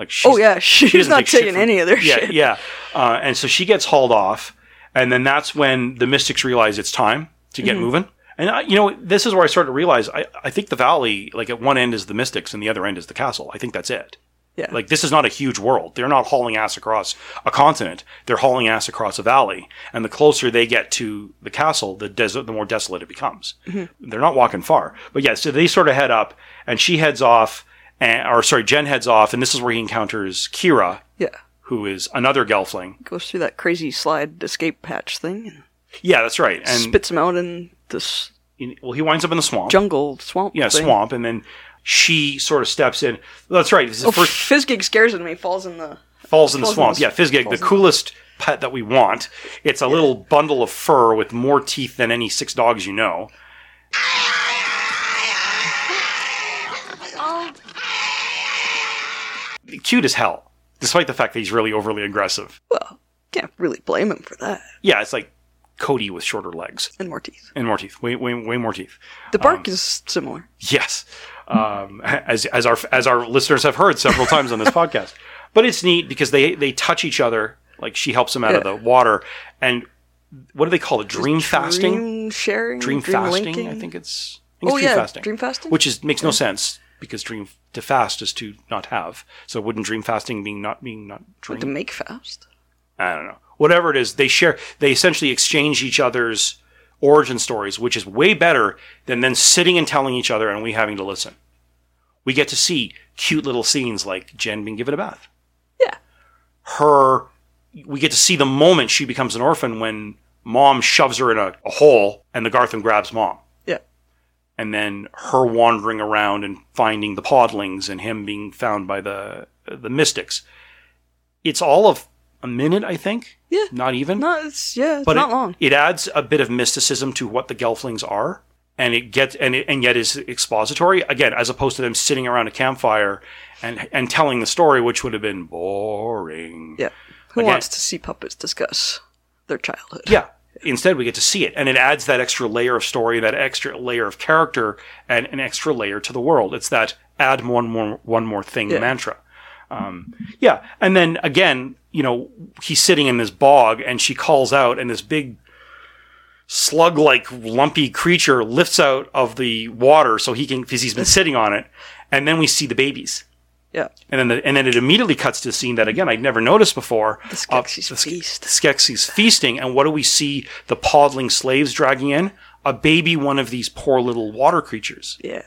Speaker 1: Like she's,
Speaker 2: Oh, yeah, she's
Speaker 1: doesn't
Speaker 2: not
Speaker 1: take shit
Speaker 2: taking
Speaker 1: from-
Speaker 2: any of their
Speaker 1: yeah,
Speaker 2: shit.
Speaker 1: Yeah, uh, and so she gets hauled off, and then that's when the Mystics realize it's time to
Speaker 2: Mm-hmm.
Speaker 1: get moving. And I, you know, this is where I started to realize I, I think the valley, like at one end is the Mystics and the other end is the castle. I think that's it.
Speaker 2: Yeah.
Speaker 1: Like this is not a huge world. They're not hauling ass across a continent. They're hauling ass across a valley. And the closer they get to the castle, the desert, the more desolate it becomes.
Speaker 2: Mm-hmm.
Speaker 1: They're not walking far. But yeah, so they sort of head up, and she heads off, and, or sorry, Jen heads off, and this is where he encounters Kira,
Speaker 2: Yeah.
Speaker 1: who is another Gelfling.
Speaker 2: Goes through that crazy slide escape patch thing and,
Speaker 1: Yeah, that's right. And
Speaker 2: spits him out in this
Speaker 1: well, he winds up in the swamp.
Speaker 2: jungle swamp.
Speaker 1: yeah,
Speaker 2: thing.
Speaker 1: swamp, and then she sort of steps in. That's right. This is the
Speaker 2: Oh,
Speaker 1: first
Speaker 2: Fizgig scares him and he falls in the
Speaker 1: falls in the
Speaker 2: Falls in
Speaker 1: swamp.
Speaker 2: the
Speaker 1: yeah,
Speaker 2: swamp.
Speaker 1: Fizgig,
Speaker 2: Falls
Speaker 1: the
Speaker 2: in the-
Speaker 1: coolest pet that we want. It's a little bundle of fur with more teeth than any six dogs you know. Cute as hell, despite the fact that he's really overly aggressive.
Speaker 2: well, can't really blame him for that.
Speaker 1: Yeah, it's like Cody with shorter legs
Speaker 2: And more teeth.
Speaker 1: and more teeth. Way, way, way more teeth.
Speaker 2: The bark
Speaker 1: Um,
Speaker 2: is similar.
Speaker 1: Yes, um, as as our as our listeners have heard several times
Speaker 2: <laughs>
Speaker 1: on this podcast. But it's neat because they they touch each other. Like she helps him out of the
Speaker 2: Yeah.
Speaker 1: water, and what do they call it? Dream fasting. Dream,
Speaker 2: Dream sharing.
Speaker 1: fasting.
Speaker 2: linking.
Speaker 1: I think it's. I think
Speaker 2: Oh,
Speaker 1: it's dream
Speaker 2: yeah,
Speaker 1: fasting.
Speaker 2: dream fasting?
Speaker 1: which is makes no sense because dream to fast is to not have. So wouldn't dream fasting mean not being not dream?
Speaker 2: to make fast.
Speaker 1: I don't know. Whatever it is, they share. They essentially exchange each other's origin stories, which is way better than then sitting and telling each other and we having to listen. We get to see cute little scenes like Jen being given a bath.
Speaker 2: Yeah.
Speaker 1: Her, we get to see the moment she becomes an orphan when mom shoves her in a, a hole and the Gartham grabs mom.
Speaker 2: Yeah.
Speaker 1: And then her wandering around and finding the podlings and him being found by the the mystics. It's all of a minute, I think
Speaker 2: Yeah.
Speaker 1: Not even.
Speaker 2: Not it's yeah, it's
Speaker 1: but
Speaker 2: not
Speaker 1: it,
Speaker 2: long.
Speaker 1: it adds a bit of mysticism to what the Gelflings are, and it gets and it, and yet is expository again, as opposed to them sitting around a campfire and and telling the story, which would have been boring.
Speaker 2: Yeah. Who
Speaker 1: Again-
Speaker 2: wants to see puppets discuss their childhood?
Speaker 1: Yeah. Instead, we get to see it, and it adds that extra layer of story, that extra layer of character, and an extra layer to the world. It's that add one more one more thing
Speaker 2: Yeah.
Speaker 1: mantra. Um, yeah, and then again, you know, he's sitting in this bog, and she calls out, and this big slug like lumpy creature lifts out of the water, so he can because he's been sitting on it, and then we see the babies.
Speaker 2: Yeah.
Speaker 1: And then, the, and then it immediately cuts to a scene that again I'd never noticed before. Uh, The
Speaker 2: Skeksis feast.
Speaker 1: The Skeksis feasting, and what do we see the podling slaves dragging in? A baby, one of these poor little water creatures,
Speaker 2: Yeah.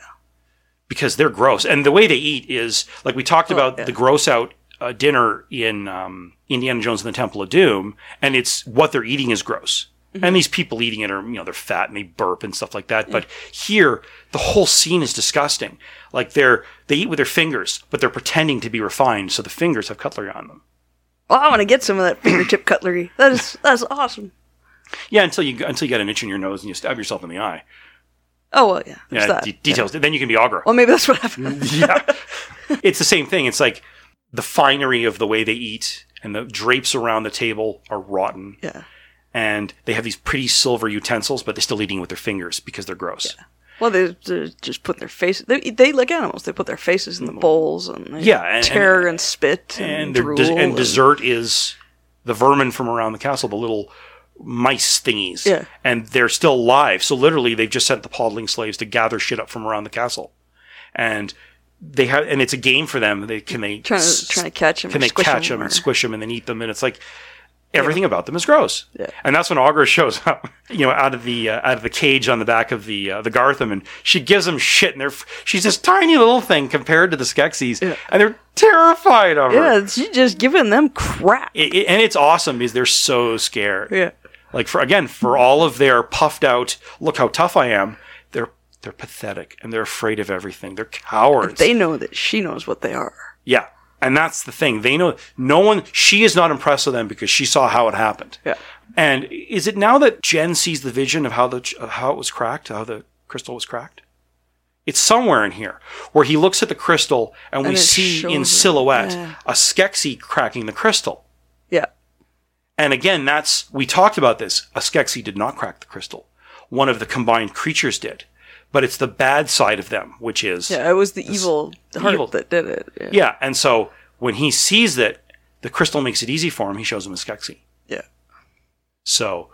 Speaker 1: because they're gross. And the way they eat is like we talked about the gross out uh, dinner in um, Indiana Jones and the Temple of Doom, and it's what they're eating is gross. And these people eating it are, you know, they're fat and they burp and stuff like that. But here, the whole scene is disgusting. Like they're they eat with their fingers, but they're pretending to be refined, so the fingers have cutlery on them.
Speaker 2: Well, I want to get some of that fingertip cutlery. That is that's awesome.
Speaker 1: Yeah, until you until you get an itch in your nose and you stab yourself in the eye.
Speaker 2: Oh well, yeah. There's
Speaker 1: Yeah,
Speaker 2: that.
Speaker 1: de- details. Then you can be Agra.
Speaker 2: Well, maybe that's what
Speaker 1: <laughs>
Speaker 2: happened.
Speaker 1: yeah. It's the same thing. It's like the finery of the way they eat and the drapes around the table are rotten.
Speaker 2: Yeah.
Speaker 1: And they have these pretty silver utensils, but they're still eating with their fingers because they're gross.
Speaker 2: Well, they they just put their faces. They they like animals. They put their faces in the bowls and they
Speaker 1: Mm-hmm. Yeah, and- uh,
Speaker 2: tear and, spit and,
Speaker 1: And their
Speaker 2: drool
Speaker 1: des- and dessert is the vermin from around the castle, the little mice thingies.
Speaker 2: Yeah.
Speaker 1: And they're still alive. So literally they've just sent the podling slaves to gather shit up from around the castle. And they have and it's a game for them. They can they
Speaker 2: Trying
Speaker 1: s-
Speaker 2: to trying to catch them.
Speaker 1: can they
Speaker 2: squish
Speaker 1: catch
Speaker 2: 'em
Speaker 1: them and
Speaker 2: or-
Speaker 1: squish them and then eat them and it's like everything about them is gross
Speaker 2: Yeah.
Speaker 1: and that's when augur <laughs> shows up you know out of the uh, out of the cage on the back of the uh, the gartham and she gives them shit and they're f- she's this tiny little thing compared to the skeksis and they're terrified of her
Speaker 2: Yeah, she's just giving them crap.
Speaker 1: It- it- and it's awesome because they're so scared
Speaker 2: Yeah.
Speaker 1: like for again for all of their puffed out look how tough i am they're they're pathetic and they're afraid of everything they're cowards
Speaker 2: They know that she knows what they are.
Speaker 1: Yeah. And that's the thing. They know no one, she is not impressed with them because she saw how it happened.
Speaker 2: Yeah.
Speaker 1: And is it now that Jen sees the vision of how the, ch- of how it was cracked, how the crystal was cracked? It's somewhere in here where he looks at the crystal and, we
Speaker 2: And it
Speaker 1: see in
Speaker 2: shows it.
Speaker 1: silhouette
Speaker 2: Yeah.
Speaker 1: a Skeksis cracking the crystal.
Speaker 2: Yeah.
Speaker 1: And again, that's we talked about this. A Skeksis did not crack the crystal. One of the combined creatures did. But it's the bad side of them, which is
Speaker 2: Yeah, it was the evil heart
Speaker 1: evil.
Speaker 2: that did it. Yeah.
Speaker 1: Yeah, and so when he sees that the crystal makes it easy for him, he shows him a Skeksis.
Speaker 2: Yeah.
Speaker 1: So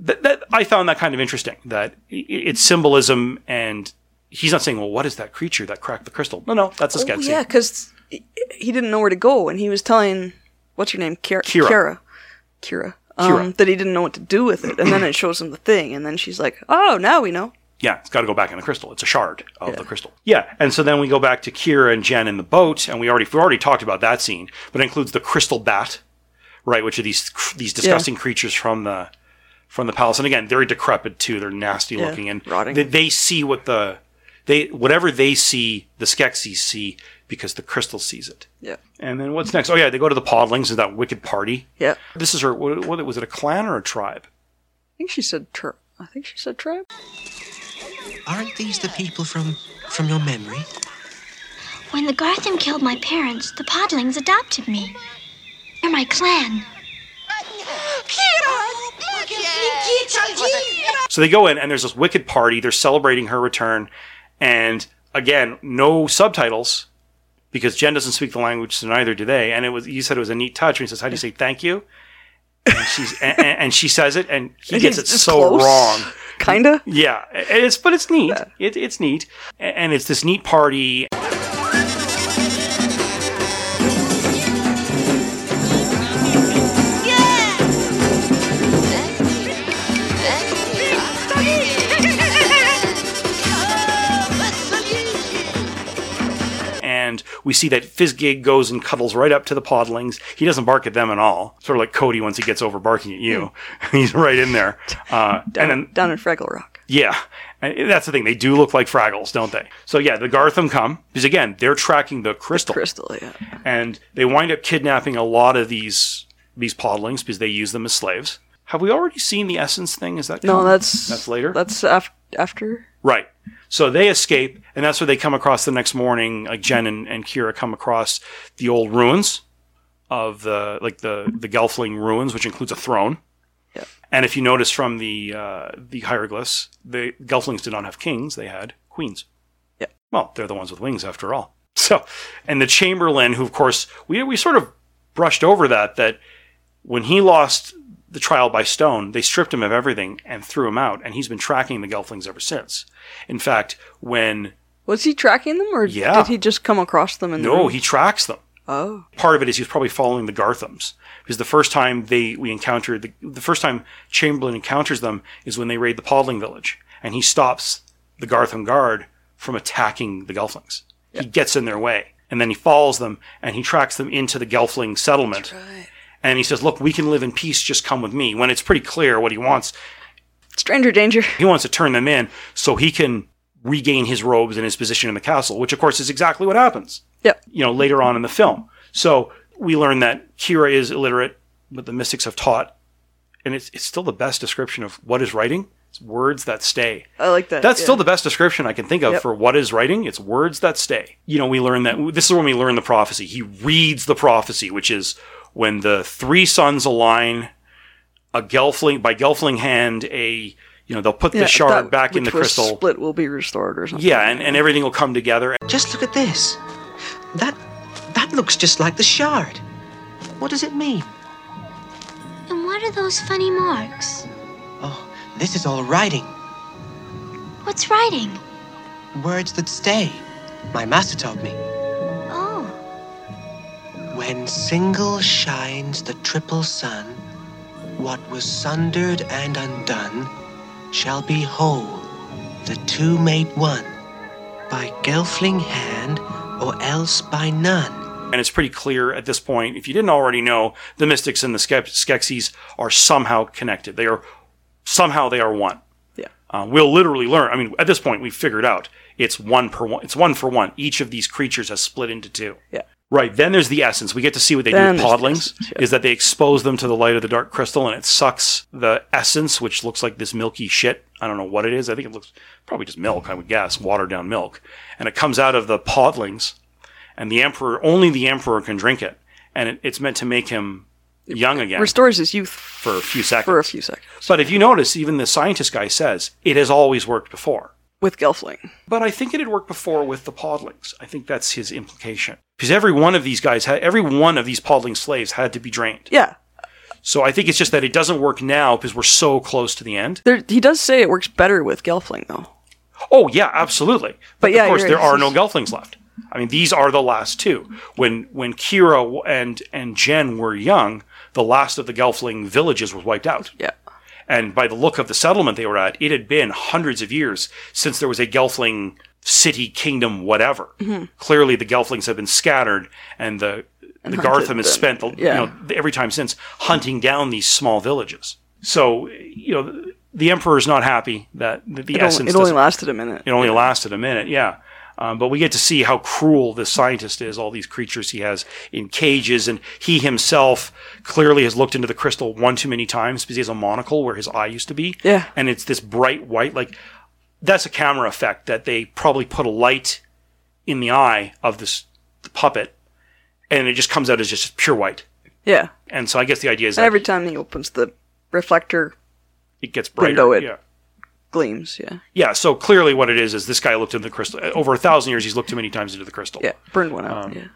Speaker 1: that, that I found that kind of interesting. That i- i- it's symbolism, and he's not saying, "Well, what is that creature that cracked the crystal?" No, no, that's a
Speaker 2: Oh,
Speaker 1: Skeksis.
Speaker 2: yeah, because he didn't know where to go, and he was telling what's her name, Kira,
Speaker 1: Kira.
Speaker 2: Kira, Kira, um, that he didn't know what to do with it, and then it shows him the thing, and then she's like, "Oh, now we know."
Speaker 1: Yeah, it's got to go back in the crystal. It's a shard of the crystal. Yeah, and so then we go back to Kira and Jen in the boat, and we already we already talked about that scene, but it includes the crystal bat, right? Which are these these disgusting creatures from the from the palace, and again, they're decrepit too. They're nasty looking, and
Speaker 2: rotting.
Speaker 1: They, they see what the they whatever they see, the Skeksis see because the crystal sees it.
Speaker 2: Yeah,
Speaker 1: And then what's next? Oh yeah, they go to the Podlings and that wicked party.
Speaker 2: yeah. I
Speaker 1: This is her. What, what was it? A clan or a tribe?
Speaker 2: think she said tri- I think she said tribe.
Speaker 4: Aren't these the people from from your memory?
Speaker 8: When the Gartham killed my parents, the Podlings adopted me. They're my clan.
Speaker 1: So they go in, and there's this wicked party. They're celebrating her return, and again, no subtitles because Jen doesn't speak the language, so neither do they. And it was you said it was a neat touch. And he says, "How do you say thank you?" And she's and, and and she says it, and he
Speaker 2: And
Speaker 1: gets it
Speaker 2: he's- it's
Speaker 1: so
Speaker 2: close.
Speaker 1: wrong.
Speaker 2: Kinda.
Speaker 1: Yeah, and it's but it's neat. It, it's neat, A- and it's this neat party. and we see that Fizgig goes and cuddles right up to the podlings. He doesn't bark at them at all, sort of like Cody once he gets over barking at you. <laughs> He's right in there. Uh, and then,
Speaker 2: down in Fraggle Rock.
Speaker 1: yeah, and that's the thing. They do look like Fraggles, don't they? So, yeah, the Gartham come because, again, they're tracking the crystal
Speaker 2: Crystal. Yeah.
Speaker 1: and they wind up kidnapping a lot of these these podlings because they use them as slaves. Have we already seen the essence thing? Is that
Speaker 2: No,
Speaker 1: come-
Speaker 2: that's
Speaker 1: that's later.
Speaker 2: That's af- after.
Speaker 1: Right. So they escape, and that's where they come across the next morning. Like Jen and, and Kira come across the old ruins of the like the the Gelfling ruins, which includes a throne.
Speaker 2: Yeah.
Speaker 1: And if you notice from the uh, the hieroglyphs, the Gelflings did not have kings; they had queens.
Speaker 2: Yeah.
Speaker 1: Well, they're the ones with wings after all. <laughs> So, and the Chamberlain, who of course we we sort of brushed over that that when he lost the trial by stone, they stripped him of everything and threw him out, and he's been tracking the Gelflings ever since. In fact, when
Speaker 2: Was he tracking them, or
Speaker 1: Yeah.
Speaker 2: did he just come across them? In the
Speaker 1: no,
Speaker 2: room?
Speaker 1: he tracks them.
Speaker 2: Oh,
Speaker 1: Part of it is he's probably following the Garthams because the first time they we encounter the, the first time Chamberlain encounters them is when they raid the Podling village, and he stops the Gartham guard from attacking the Gelflings. He gets in their way, and then he follows them and he tracks them into the Gelfling settlement. And he says, "Look, we can live in peace. Just come with me." When it's pretty clear what he wants
Speaker 2: stranger danger. <laughs>
Speaker 1: he wants to turn them in so he can regain his robes and his position in the castle, which of course is exactly what happens.
Speaker 2: Yep.
Speaker 1: You know, later on in the film. So we learn that Kira is illiterate, but the mystics have taught, and it's it's still the best description of what is writing. It's words that stay.
Speaker 2: I like that.
Speaker 1: That's
Speaker 2: yeah.
Speaker 1: still the best description I can think of
Speaker 2: Yep.
Speaker 1: for what is writing. It's words that stay. You know, we learn that this is when we learn the prophecy. He reads the prophecy, which is when the three suns align, a gelfling by gelfling hand, a you know they'll put
Speaker 2: Yeah,
Speaker 1: the shard
Speaker 2: that
Speaker 1: back in the
Speaker 2: which was
Speaker 1: crystal.
Speaker 2: Split will be restored or something.
Speaker 1: Yeah, and, and everything will come together.
Speaker 4: Just look at this. That that looks just like the shard. What does it mean?
Speaker 8: And what are those funny marks?
Speaker 4: Oh, this is all writing.
Speaker 8: What's writing?
Speaker 4: Words that stay. My master taught me.
Speaker 8: Oh,
Speaker 4: When single shines the triple sun, what was sundered and undone shall be whole, the two made one, by Gelfling hand or else by none.
Speaker 1: And it's pretty clear at this point, if you didn't already know, the mystics and the Skep- Skeksis are somehow connected. They are somehow they are one.
Speaker 2: Yeah.
Speaker 1: Uh, we'll literally learn. I mean, at this point, we've figured out it's one per one. It's one for one. Each of these creatures has split into two.
Speaker 2: Yeah.
Speaker 1: Right. Then there's the essence. We get to see what they
Speaker 2: Then
Speaker 1: do with
Speaker 2: there's the
Speaker 1: podlings.
Speaker 2: essence, yeah.
Speaker 1: Is that they expose them to the light of the dark crystal, and it sucks the essence, which looks like this milky shit. I don't know what it is. I think it looks probably just milk. I would guess watered down milk, and it comes out of the podlings, and the emperor only the emperor can drink it, and it, it's meant to make him young again
Speaker 2: Restores his youth for,
Speaker 1: for a few seconds.
Speaker 2: for a few seconds
Speaker 1: But if you notice, even the scientist guy says it has always worked before.
Speaker 2: with Gelfling.
Speaker 1: But I think it had worked before with the podlings. I think that's his implication. Because every one of these guys had, every one of these podling slaves had to be drained.
Speaker 2: Yeah,
Speaker 1: So I think it's just that it doesn't work now because we're so close to the end.
Speaker 2: there, he does say it works better with Gelfling though.
Speaker 1: Oh yeah, absolutely. But,
Speaker 2: But yeah,
Speaker 1: of course,
Speaker 2: you're
Speaker 1: there
Speaker 2: right.
Speaker 1: are no Gelflings left. I mean, these are the last two. When when Kira w- and and Jen were young, the last of the Gelfling villages was wiped out.
Speaker 2: Yeah,
Speaker 1: And by the look of the settlement they were at, it had been hundreds of years since there was a Gelfling city, kingdom, whatever.
Speaker 2: Mm-hmm.
Speaker 1: Clearly, the Gelflings have been scattered, and the the
Speaker 2: hunted
Speaker 1: Gartham has
Speaker 2: them.
Speaker 1: spent the,
Speaker 2: Yeah.
Speaker 1: you know every time since hunting down these small villages. So you know the emperor's not happy that the, the
Speaker 2: it
Speaker 1: essence
Speaker 2: only, it only
Speaker 1: doesn't-
Speaker 2: lasted a minute.
Speaker 1: it only lasted a minute, yeah. Um, but we get to see how cruel this scientist is, all these creatures he has in cages. And he himself clearly has looked into the crystal one too many times because he has a monocle where his eye used to be.
Speaker 2: Yeah.
Speaker 1: And it's this bright white, like, that's a camera effect that they probably put a light in the eye of this puppet and it just comes out as just pure white.
Speaker 2: yeah,
Speaker 1: And so I guess the idea is
Speaker 2: and
Speaker 1: that
Speaker 2: every time he opens the reflector,
Speaker 1: it gets brighter.
Speaker 2: window it-
Speaker 1: yeah.
Speaker 2: gleams. Yeah,
Speaker 1: Yeah. So clearly what it is is this guy looked into the crystal. Over a thousand years, he's looked too many times into the crystal.
Speaker 2: yeah, burned one
Speaker 1: Um,
Speaker 2: out. yeah,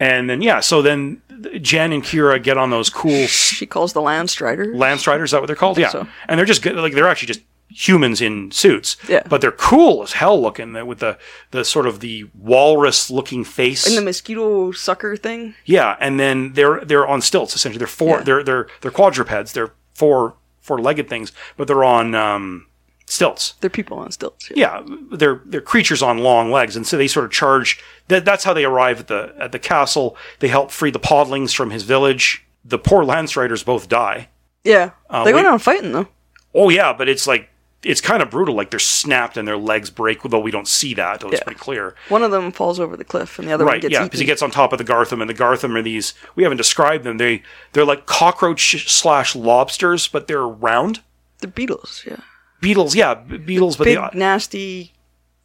Speaker 1: And then yeah, so then Jen and Kira get on those cool
Speaker 2: she calls the Landstrider.
Speaker 1: Lance Riders. Is that what they're called? Yeah,
Speaker 2: so.
Speaker 1: and they're just good, like they're actually just humans in suits.
Speaker 2: Yeah.
Speaker 1: but they're cool as hell looking they're with the the sort of the walrus looking face.
Speaker 2: and the mosquito sucker thing.
Speaker 1: yeah, and then they're they're on stilts essentially. They're four.
Speaker 2: Yeah.
Speaker 1: They're they're they're quadrupeds. They're four four legged things, but they're on um, stilts.
Speaker 2: They're people on stilts. Yeah.
Speaker 1: yeah, they're they're creatures on long legs, and so they sort of charge. That, that's how they arrive at the at the castle. They help free the podlings from his village. The poor Lance Riders both die.
Speaker 2: Yeah. they
Speaker 1: we-
Speaker 2: went on fighting though.
Speaker 1: Oh yeah, but it's like it's kind of brutal. Like they're snapped and their legs break, though we don't see that. Though it's
Speaker 2: Yeah.
Speaker 1: pretty clear.
Speaker 2: One of them falls over the cliff, and the other one
Speaker 1: Right,
Speaker 2: gets
Speaker 1: yeah,
Speaker 2: eaten.
Speaker 1: because he gets on top of the Gartham, and the Gartham are these. We haven't described them. They they're like cockroach slash lobsters, but they're round
Speaker 2: the beetles. Yeah,
Speaker 1: beetles. Yeah, b- beetles, but
Speaker 2: big
Speaker 1: they
Speaker 2: nasty.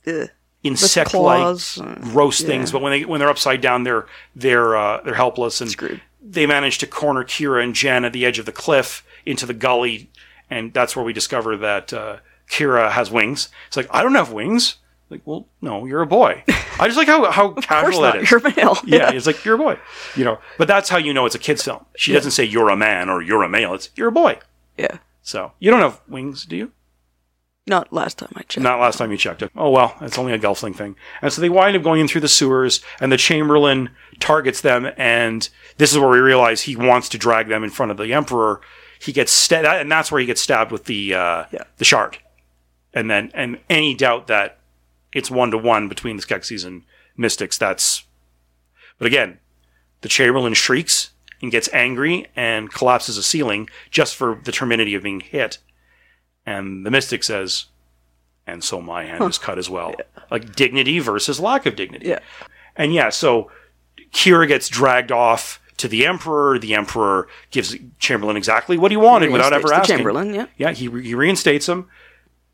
Speaker 2: Uh,
Speaker 1: insect like
Speaker 2: claws, uh,
Speaker 1: gross things.
Speaker 2: yeah.
Speaker 1: But when they when they're upside down, they're they're uh, they're helpless and
Speaker 2: Screwed.
Speaker 1: they manage to corner Kira and Jan at the edge of the cliff into the gully, and that's where we discover that uh, Kira has wings. It's like I don't have wings. Like, well, no, you're a
Speaker 2: <laughs>
Speaker 1: boy. I just like how how
Speaker 2: of course
Speaker 1: casual that
Speaker 2: not.
Speaker 1: is.
Speaker 2: You're <laughs> male.
Speaker 1: yeah, it's like you're a boy. You know, but that's how you know it's a kids film. She doesn't say you're a man or you're a male. It's you're a boy.
Speaker 2: yeah.
Speaker 1: So you don't have wings, do you?
Speaker 2: Not last time I checked.
Speaker 1: Not last time you checked it. Oh well, it's only a Gelfling thing. And so they wind up going in through the sewers, and the Chamberlain targets them. And this is where we realize he wants to drag them in front of the Emperor. He gets sta- that- and that's where he gets stabbed with the uh,
Speaker 2: Yeah.
Speaker 1: the shard. And then, and any doubt that it's one to one between the Skeksis and Mystics, that's. But again, the Chamberlain shrieks and gets angry and collapses a ceiling just for the terminity of being hit. And the Mystic says, and so my hand is cut as well. Like dignity versus lack of dignity.
Speaker 2: Yeah.
Speaker 1: And yeah, so Kira gets dragged off to the Emperor. The Emperor gives Chamberlain exactly what he wanted without ever
Speaker 2: Reinstates the
Speaker 1: asking.
Speaker 2: Chamberlain, yeah.
Speaker 1: Yeah, he, he reinstates him.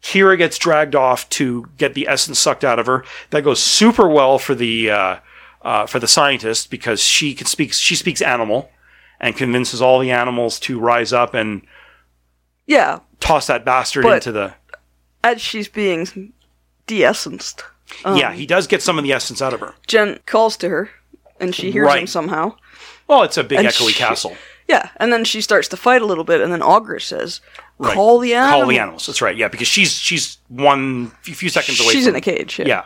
Speaker 1: Kira gets dragged off to get the essence sucked out of her. That goes super well for the uh, uh, for the scientist because she can speak. She speaks animal, and convinces all the animals to rise up and
Speaker 2: Yeah,
Speaker 1: toss that bastard
Speaker 2: But-
Speaker 1: into the.
Speaker 2: as she's being de-essenced, um,
Speaker 1: yeah, he does get some of the essence out of her.
Speaker 2: Jen calls to her, and she hears him
Speaker 1: Right.
Speaker 2: somehow.
Speaker 1: Well, it's a big
Speaker 2: And
Speaker 1: echoey
Speaker 2: she-
Speaker 1: castle.
Speaker 2: Yeah, and then she starts to fight a little bit, and then Augur says,
Speaker 1: Right.
Speaker 2: "Call the animal."
Speaker 1: Call the animals. That's right. Yeah, because she's she's one few few seconds away.
Speaker 2: She's
Speaker 1: from,
Speaker 2: in a cage. Yeah.
Speaker 1: Yeah.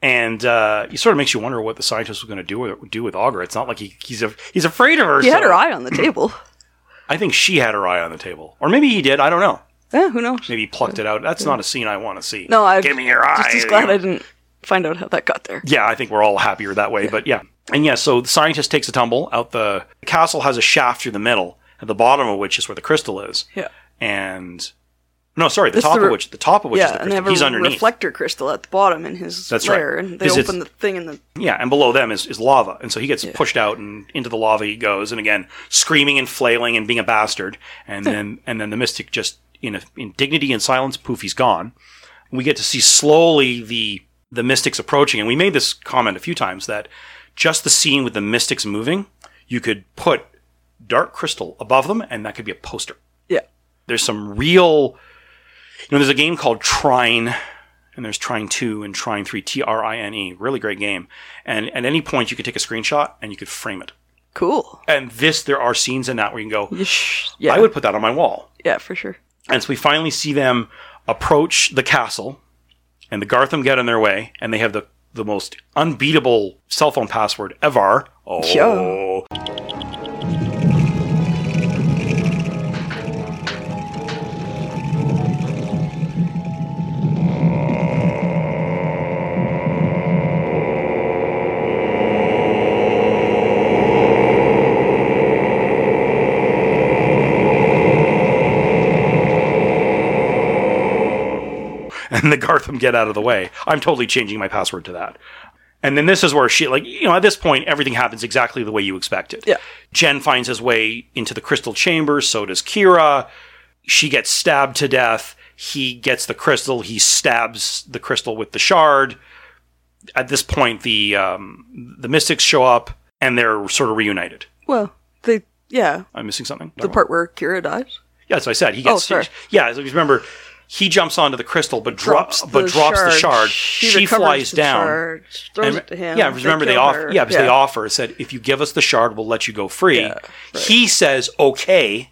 Speaker 1: And uh, it sort of makes you wonder what the scientist was going to do with, do with Augur. It's not like he, he's a, he's afraid of her.
Speaker 2: He had
Speaker 1: so-
Speaker 2: her eye on
Speaker 1: <clears throat>
Speaker 2: the table.
Speaker 1: I think she had her eye on the table, or maybe he did. I don't know.
Speaker 2: yeah, who knows?
Speaker 1: Maybe he plucked it out. That's not a scene I want to see.
Speaker 2: No, I
Speaker 1: give me your eye.
Speaker 2: Just as glad I didn't find out how that got there.
Speaker 1: yeah, I think we're all happier that way. But yeah, and yeah, so the scientist takes a tumble out the, the castle has a shaft through the middle, at the bottom of which is where the crystal is.
Speaker 2: Yeah.
Speaker 1: and no, sorry, the
Speaker 2: It's
Speaker 1: top
Speaker 2: the re-
Speaker 1: of which the top of which is
Speaker 2: yeah,
Speaker 1: the
Speaker 2: and they
Speaker 1: crystal.
Speaker 2: have a
Speaker 1: He's underneath.
Speaker 2: reflector crystal at the bottom in his
Speaker 1: That's
Speaker 2: lair,
Speaker 1: right.
Speaker 2: and they
Speaker 1: 'Cause it's-
Speaker 2: open the thing in the
Speaker 1: Yeah, and below them is, is lava. And so he gets pushed out and into the lava he goes, and again, screaming and flailing and being a bastard. And then and then the mystic just in a, in dignity and silence, poof, he's gone. We get to see slowly the the mystics approaching, and we made this comment a few times that just the scene with the mystics moving, you could put dark crystal above them, and that could be a poster
Speaker 2: yeah.
Speaker 1: there's some real you know there's a game called trine and there's trine 2 and trine 3 t-r-i-n-e E, really great game and at any point you could take a screenshot and you could frame it
Speaker 2: Cool.
Speaker 1: and this there are scenes in that where you can go
Speaker 2: Yesh. Yeah,
Speaker 1: i would put that on my wall
Speaker 2: yeah, for sure.
Speaker 1: and so we finally see them approach the castle and the gartham get in their way and they have the the most unbeatable cell phone password ever oh
Speaker 2: Yeah.
Speaker 1: and the Gartham get out of the way. I'm totally changing my password to that. And then this is where she, like, you know, at this point, everything happens exactly the way you expected.
Speaker 2: Yeah.
Speaker 1: Jen finds his way into the crystal chamber, so does Kira. She gets stabbed to death. He gets the crystal. He stabs the crystal with the shard. At this point, the um, the mystics show up and they're sort of reunited.
Speaker 2: Well, they yeah,
Speaker 1: I'm missing something.
Speaker 2: the part where Kira dies.
Speaker 1: Yeah, that's what I said. He gets.
Speaker 2: Oh, sorry.
Speaker 1: yeah, so you remember, he jumps onto the crystal, but drops, but drops the shard. She,
Speaker 2: recovers
Speaker 1: flies
Speaker 2: the
Speaker 1: down.
Speaker 2: shard, throws
Speaker 1: And-
Speaker 2: it to him.
Speaker 1: yeah, because remember they
Speaker 2: kill
Speaker 1: offer.
Speaker 2: her.
Speaker 1: Yeah, because they offer said, if you give us the shard, we'll let you go free.
Speaker 2: Yeah, right.
Speaker 1: He says okay.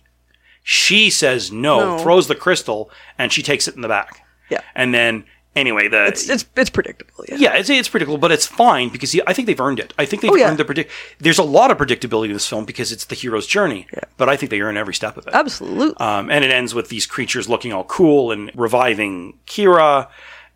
Speaker 1: She says no,
Speaker 2: No.
Speaker 1: Throws the crystal, and she takes it in the back.
Speaker 2: Yeah.
Speaker 1: And then anyway, the
Speaker 2: It's it's it's predictable. Yeah.
Speaker 1: yeah, it's it's predictable, but it's fine because he, I think they've earned it. I think they've
Speaker 2: Oh, yeah.
Speaker 1: earned the predict. There's a lot of predictability in this film because it's the hero's journey, but I think they earn every step of it.
Speaker 2: Absolutely.
Speaker 1: Um, and it ends with these creatures looking all cool and reviving Kira.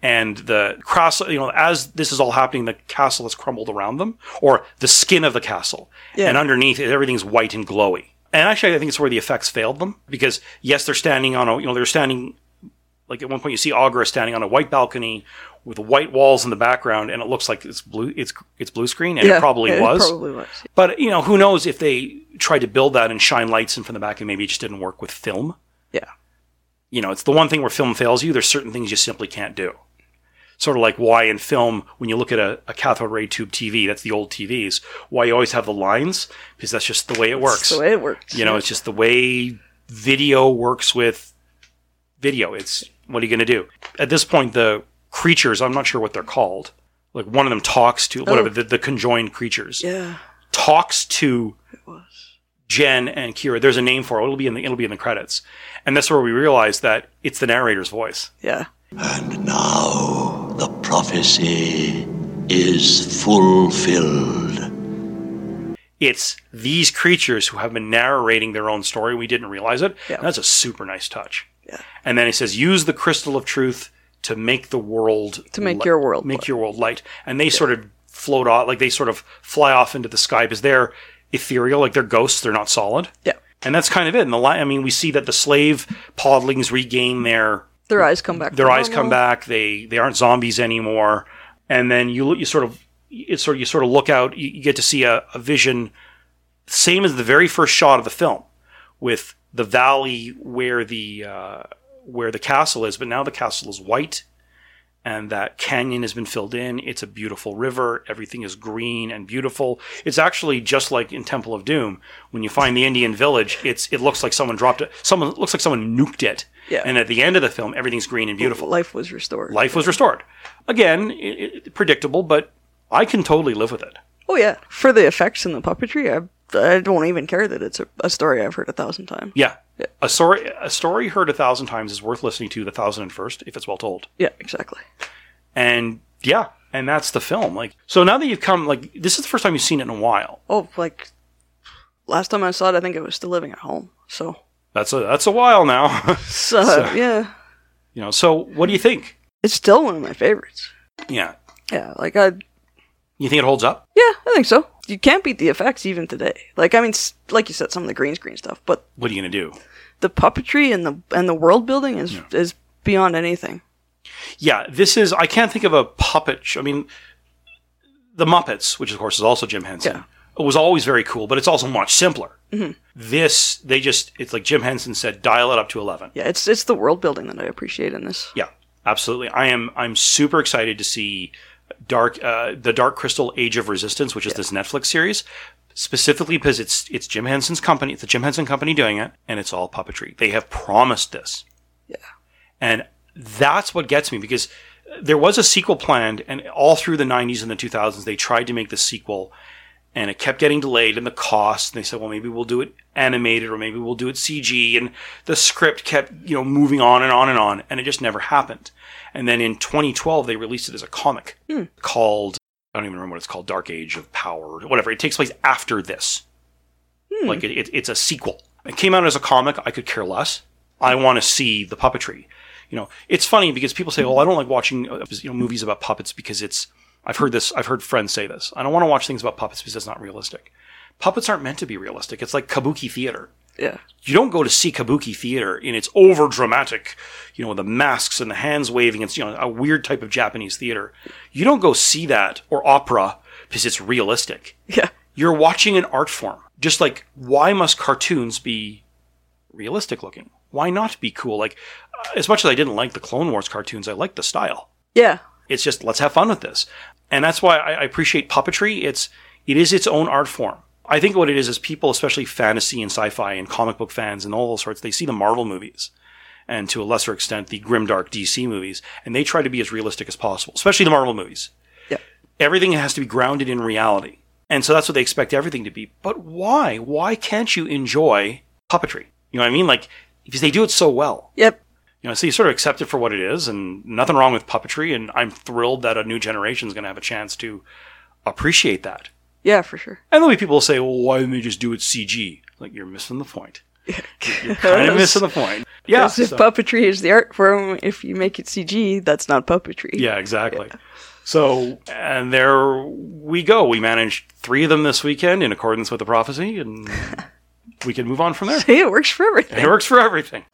Speaker 1: And the castle, you know, as this is all happening, the castle has crumbled around them, or the skin of the castle.
Speaker 2: Yeah.
Speaker 1: And underneath it, everything's white and glowy. And actually, I think it's where the effects failed them because, yes, they're standing on a, you know, they're standing Like at one point, you see Agra standing on a white balcony with white walls in the background, and it looks like it's blue. It's it's blue screen, and it
Speaker 2: <laughs>
Speaker 1: probably was.
Speaker 2: probably was.
Speaker 1: But you know, who knows if they tried to build that and shine lights in from the back, and maybe it just didn't work with film.
Speaker 2: Yeah.
Speaker 1: You know, it's the one thing where film fails you. There's certain things you simply can't do. Sort of like why in film, when you look at a, a cathode ray tube TV, that's the old TVs, why you always have the lines because that's just the way it works.
Speaker 2: That's the way it works.
Speaker 1: you know, it's just the way video works with video. It's what are you going to do? At this point, the creatures, I'm not sure what they're called. Like one of them talks to whatever
Speaker 2: Oh.
Speaker 1: the, the conjoined creatures
Speaker 2: yeah.
Speaker 1: talks to Jen and Kira. There's a name for it. It'll be in the it'll be in the credits, and that's where we realize that it's the narrator's voice.
Speaker 2: Yeah.
Speaker 3: And now the prophecy is fulfilled.
Speaker 1: It's these creatures who have been narrating their own story. We didn't realize it.
Speaker 2: Yeah.
Speaker 1: That's a super nice touch.
Speaker 2: Yeah.
Speaker 1: And then he says, "Use the crystal of truth to make the world
Speaker 2: To make your world
Speaker 1: make
Speaker 2: light."
Speaker 1: your world light." And they sort of float off, like they sort of fly off into the sky because they're ethereal, like they're ghosts. They're not solid.
Speaker 2: Yeah.
Speaker 1: And that's kind of it. And the li- I mean, we see that the slave podlings regain their
Speaker 2: Their eyes come back.
Speaker 1: their
Speaker 2: to
Speaker 1: eyes come
Speaker 2: normal.
Speaker 1: back. They they aren't zombies anymore. And then you look, you sort of it's sort of you sort of look out. You, you get to see a, a vision, same as the very first shot of the film, with the valley where the uh, where the castle is. But now the castle is white, and that canyon has been filled in. It's a beautiful river. Everything is green and beautiful. It's actually just like in Temple of Doom when you find the Indian village. It's it looks like someone dropped it. Someone it looks like someone nuked it.
Speaker 2: Yeah.
Speaker 1: And at the end of the film, everything's green and beautiful
Speaker 2: Life was restored.
Speaker 1: life was restored. Again, it, it, predictable, but I can totally live with it.
Speaker 2: Oh yeah. For the effects and the puppetry, I, I don't even care that it's a, a story I've heard a thousand times.
Speaker 1: Yeah. A story, a story heard a thousand times is worth listening to the thousand and first if it's well told.
Speaker 2: Yeah. Exactly.
Speaker 1: And yeah, and that's the film. Like, so now that you've come, like, this is the first time you've seen it in a while.
Speaker 2: Oh, like last time I saw it, I think I was still living at home. So.
Speaker 1: That's a that's a while now. <laughs>
Speaker 2: So, yeah,
Speaker 1: you know. So what do you think?
Speaker 2: it's still one of my favorites.
Speaker 1: Yeah,
Speaker 2: Yeah. Like I.
Speaker 1: you think it holds up?
Speaker 2: Yeah, I think so. You can't beat the effects even today. Like I mean, s- like you said, some of the green screen stuff, but
Speaker 1: What are you gonna do?
Speaker 2: the puppetry and the and the world building is is beyond anything.
Speaker 1: Yeah, this is. I can't think of a puppet. Sh- I mean, the Muppets, which of course is also Jim Henson,
Speaker 2: Yeah.
Speaker 1: was always very cool, but it's also much simpler. This, they just, it's like Jim Henson said, dial it up to eleven.
Speaker 2: Yeah, it's it's the world building that I appreciate in this.
Speaker 1: Yeah, absolutely. I am. I'm super excited to see Dark, uh, the Dark Crystal: Age of Resistance, which is this Netflix series, specifically because it's it's Jim Henson's company. It's the Jim Henson company doing it, and it's all puppetry. They have promised this. Yeah, and that's what gets me because there was a sequel planned, and all through the '90s and the 2000s, they tried to make the sequel. And it kept getting delayed, and the cost. And they said, "Well, maybe we'll do it animated, or maybe we'll do it CG." And the script kept, you know, moving on and on and on, and it just never happened. And then in 2012, they released it as a comic called I don't even remember what it's called, Dark Age of Power, or whatever. It takes place after this. Like it, it, it's a sequel. It came out as a comic. I could care less. I want to see the puppetry. You know, it's funny because people say, "Well, I don't like watching uh, you know movies about puppets because it's." I've heard this. I've heard friends say this. I don't want to watch things about puppets because it's not realistic. Puppets aren't meant to be realistic. It's like kabuki theater
Speaker 2: Yeah,
Speaker 1: you don't go to see kabuki theater in its over dramatic you know the masks and the hands waving it's you know a weird type of japanese theater you don't go see that or opera because it's realistic
Speaker 2: yeah,
Speaker 1: you're watching an art form just like why must cartoons be realistic looking why not be cool like uh, as much as i didn't like the clone wars cartoons i liked the style
Speaker 2: yeah,
Speaker 1: it's just let's have fun with this and that's why i, I appreciate puppetry it's it is its own art form i think what it is is people especially fantasy and sci-fi and comic book fans and all those sorts they see the marvel movies and to a lesser extent the grimdark dc movies and they try to be as realistic as possible especially the marvel movies
Speaker 2: Yeah.
Speaker 1: everything has to be grounded in reality and so that's what they expect everything to be but why why can't you enjoy puppetry you know what i mean like because they do it so well
Speaker 2: yep,
Speaker 1: you know, so you sort of accept it for what it is, and nothing wrong with puppetry. And I'm thrilled that a new generation is going to have a chance to appreciate that.
Speaker 2: yeah, for sure.
Speaker 1: And there'll be people who say, "Well, why didn't they just do it CG?" Like you're missing the point.
Speaker 2: <laughs>
Speaker 1: You're kind of missing the point. Yeah.
Speaker 2: 'Cause if
Speaker 1: so-
Speaker 2: puppetry is the art form, if you make it CG, that's not puppetry. <laughs>
Speaker 1: Yeah, exactly. So, and there we go. We managed three of them this weekend in accordance with the prophecy, and we can move on from there.
Speaker 2: See, it works for everything.
Speaker 1: It works for everything.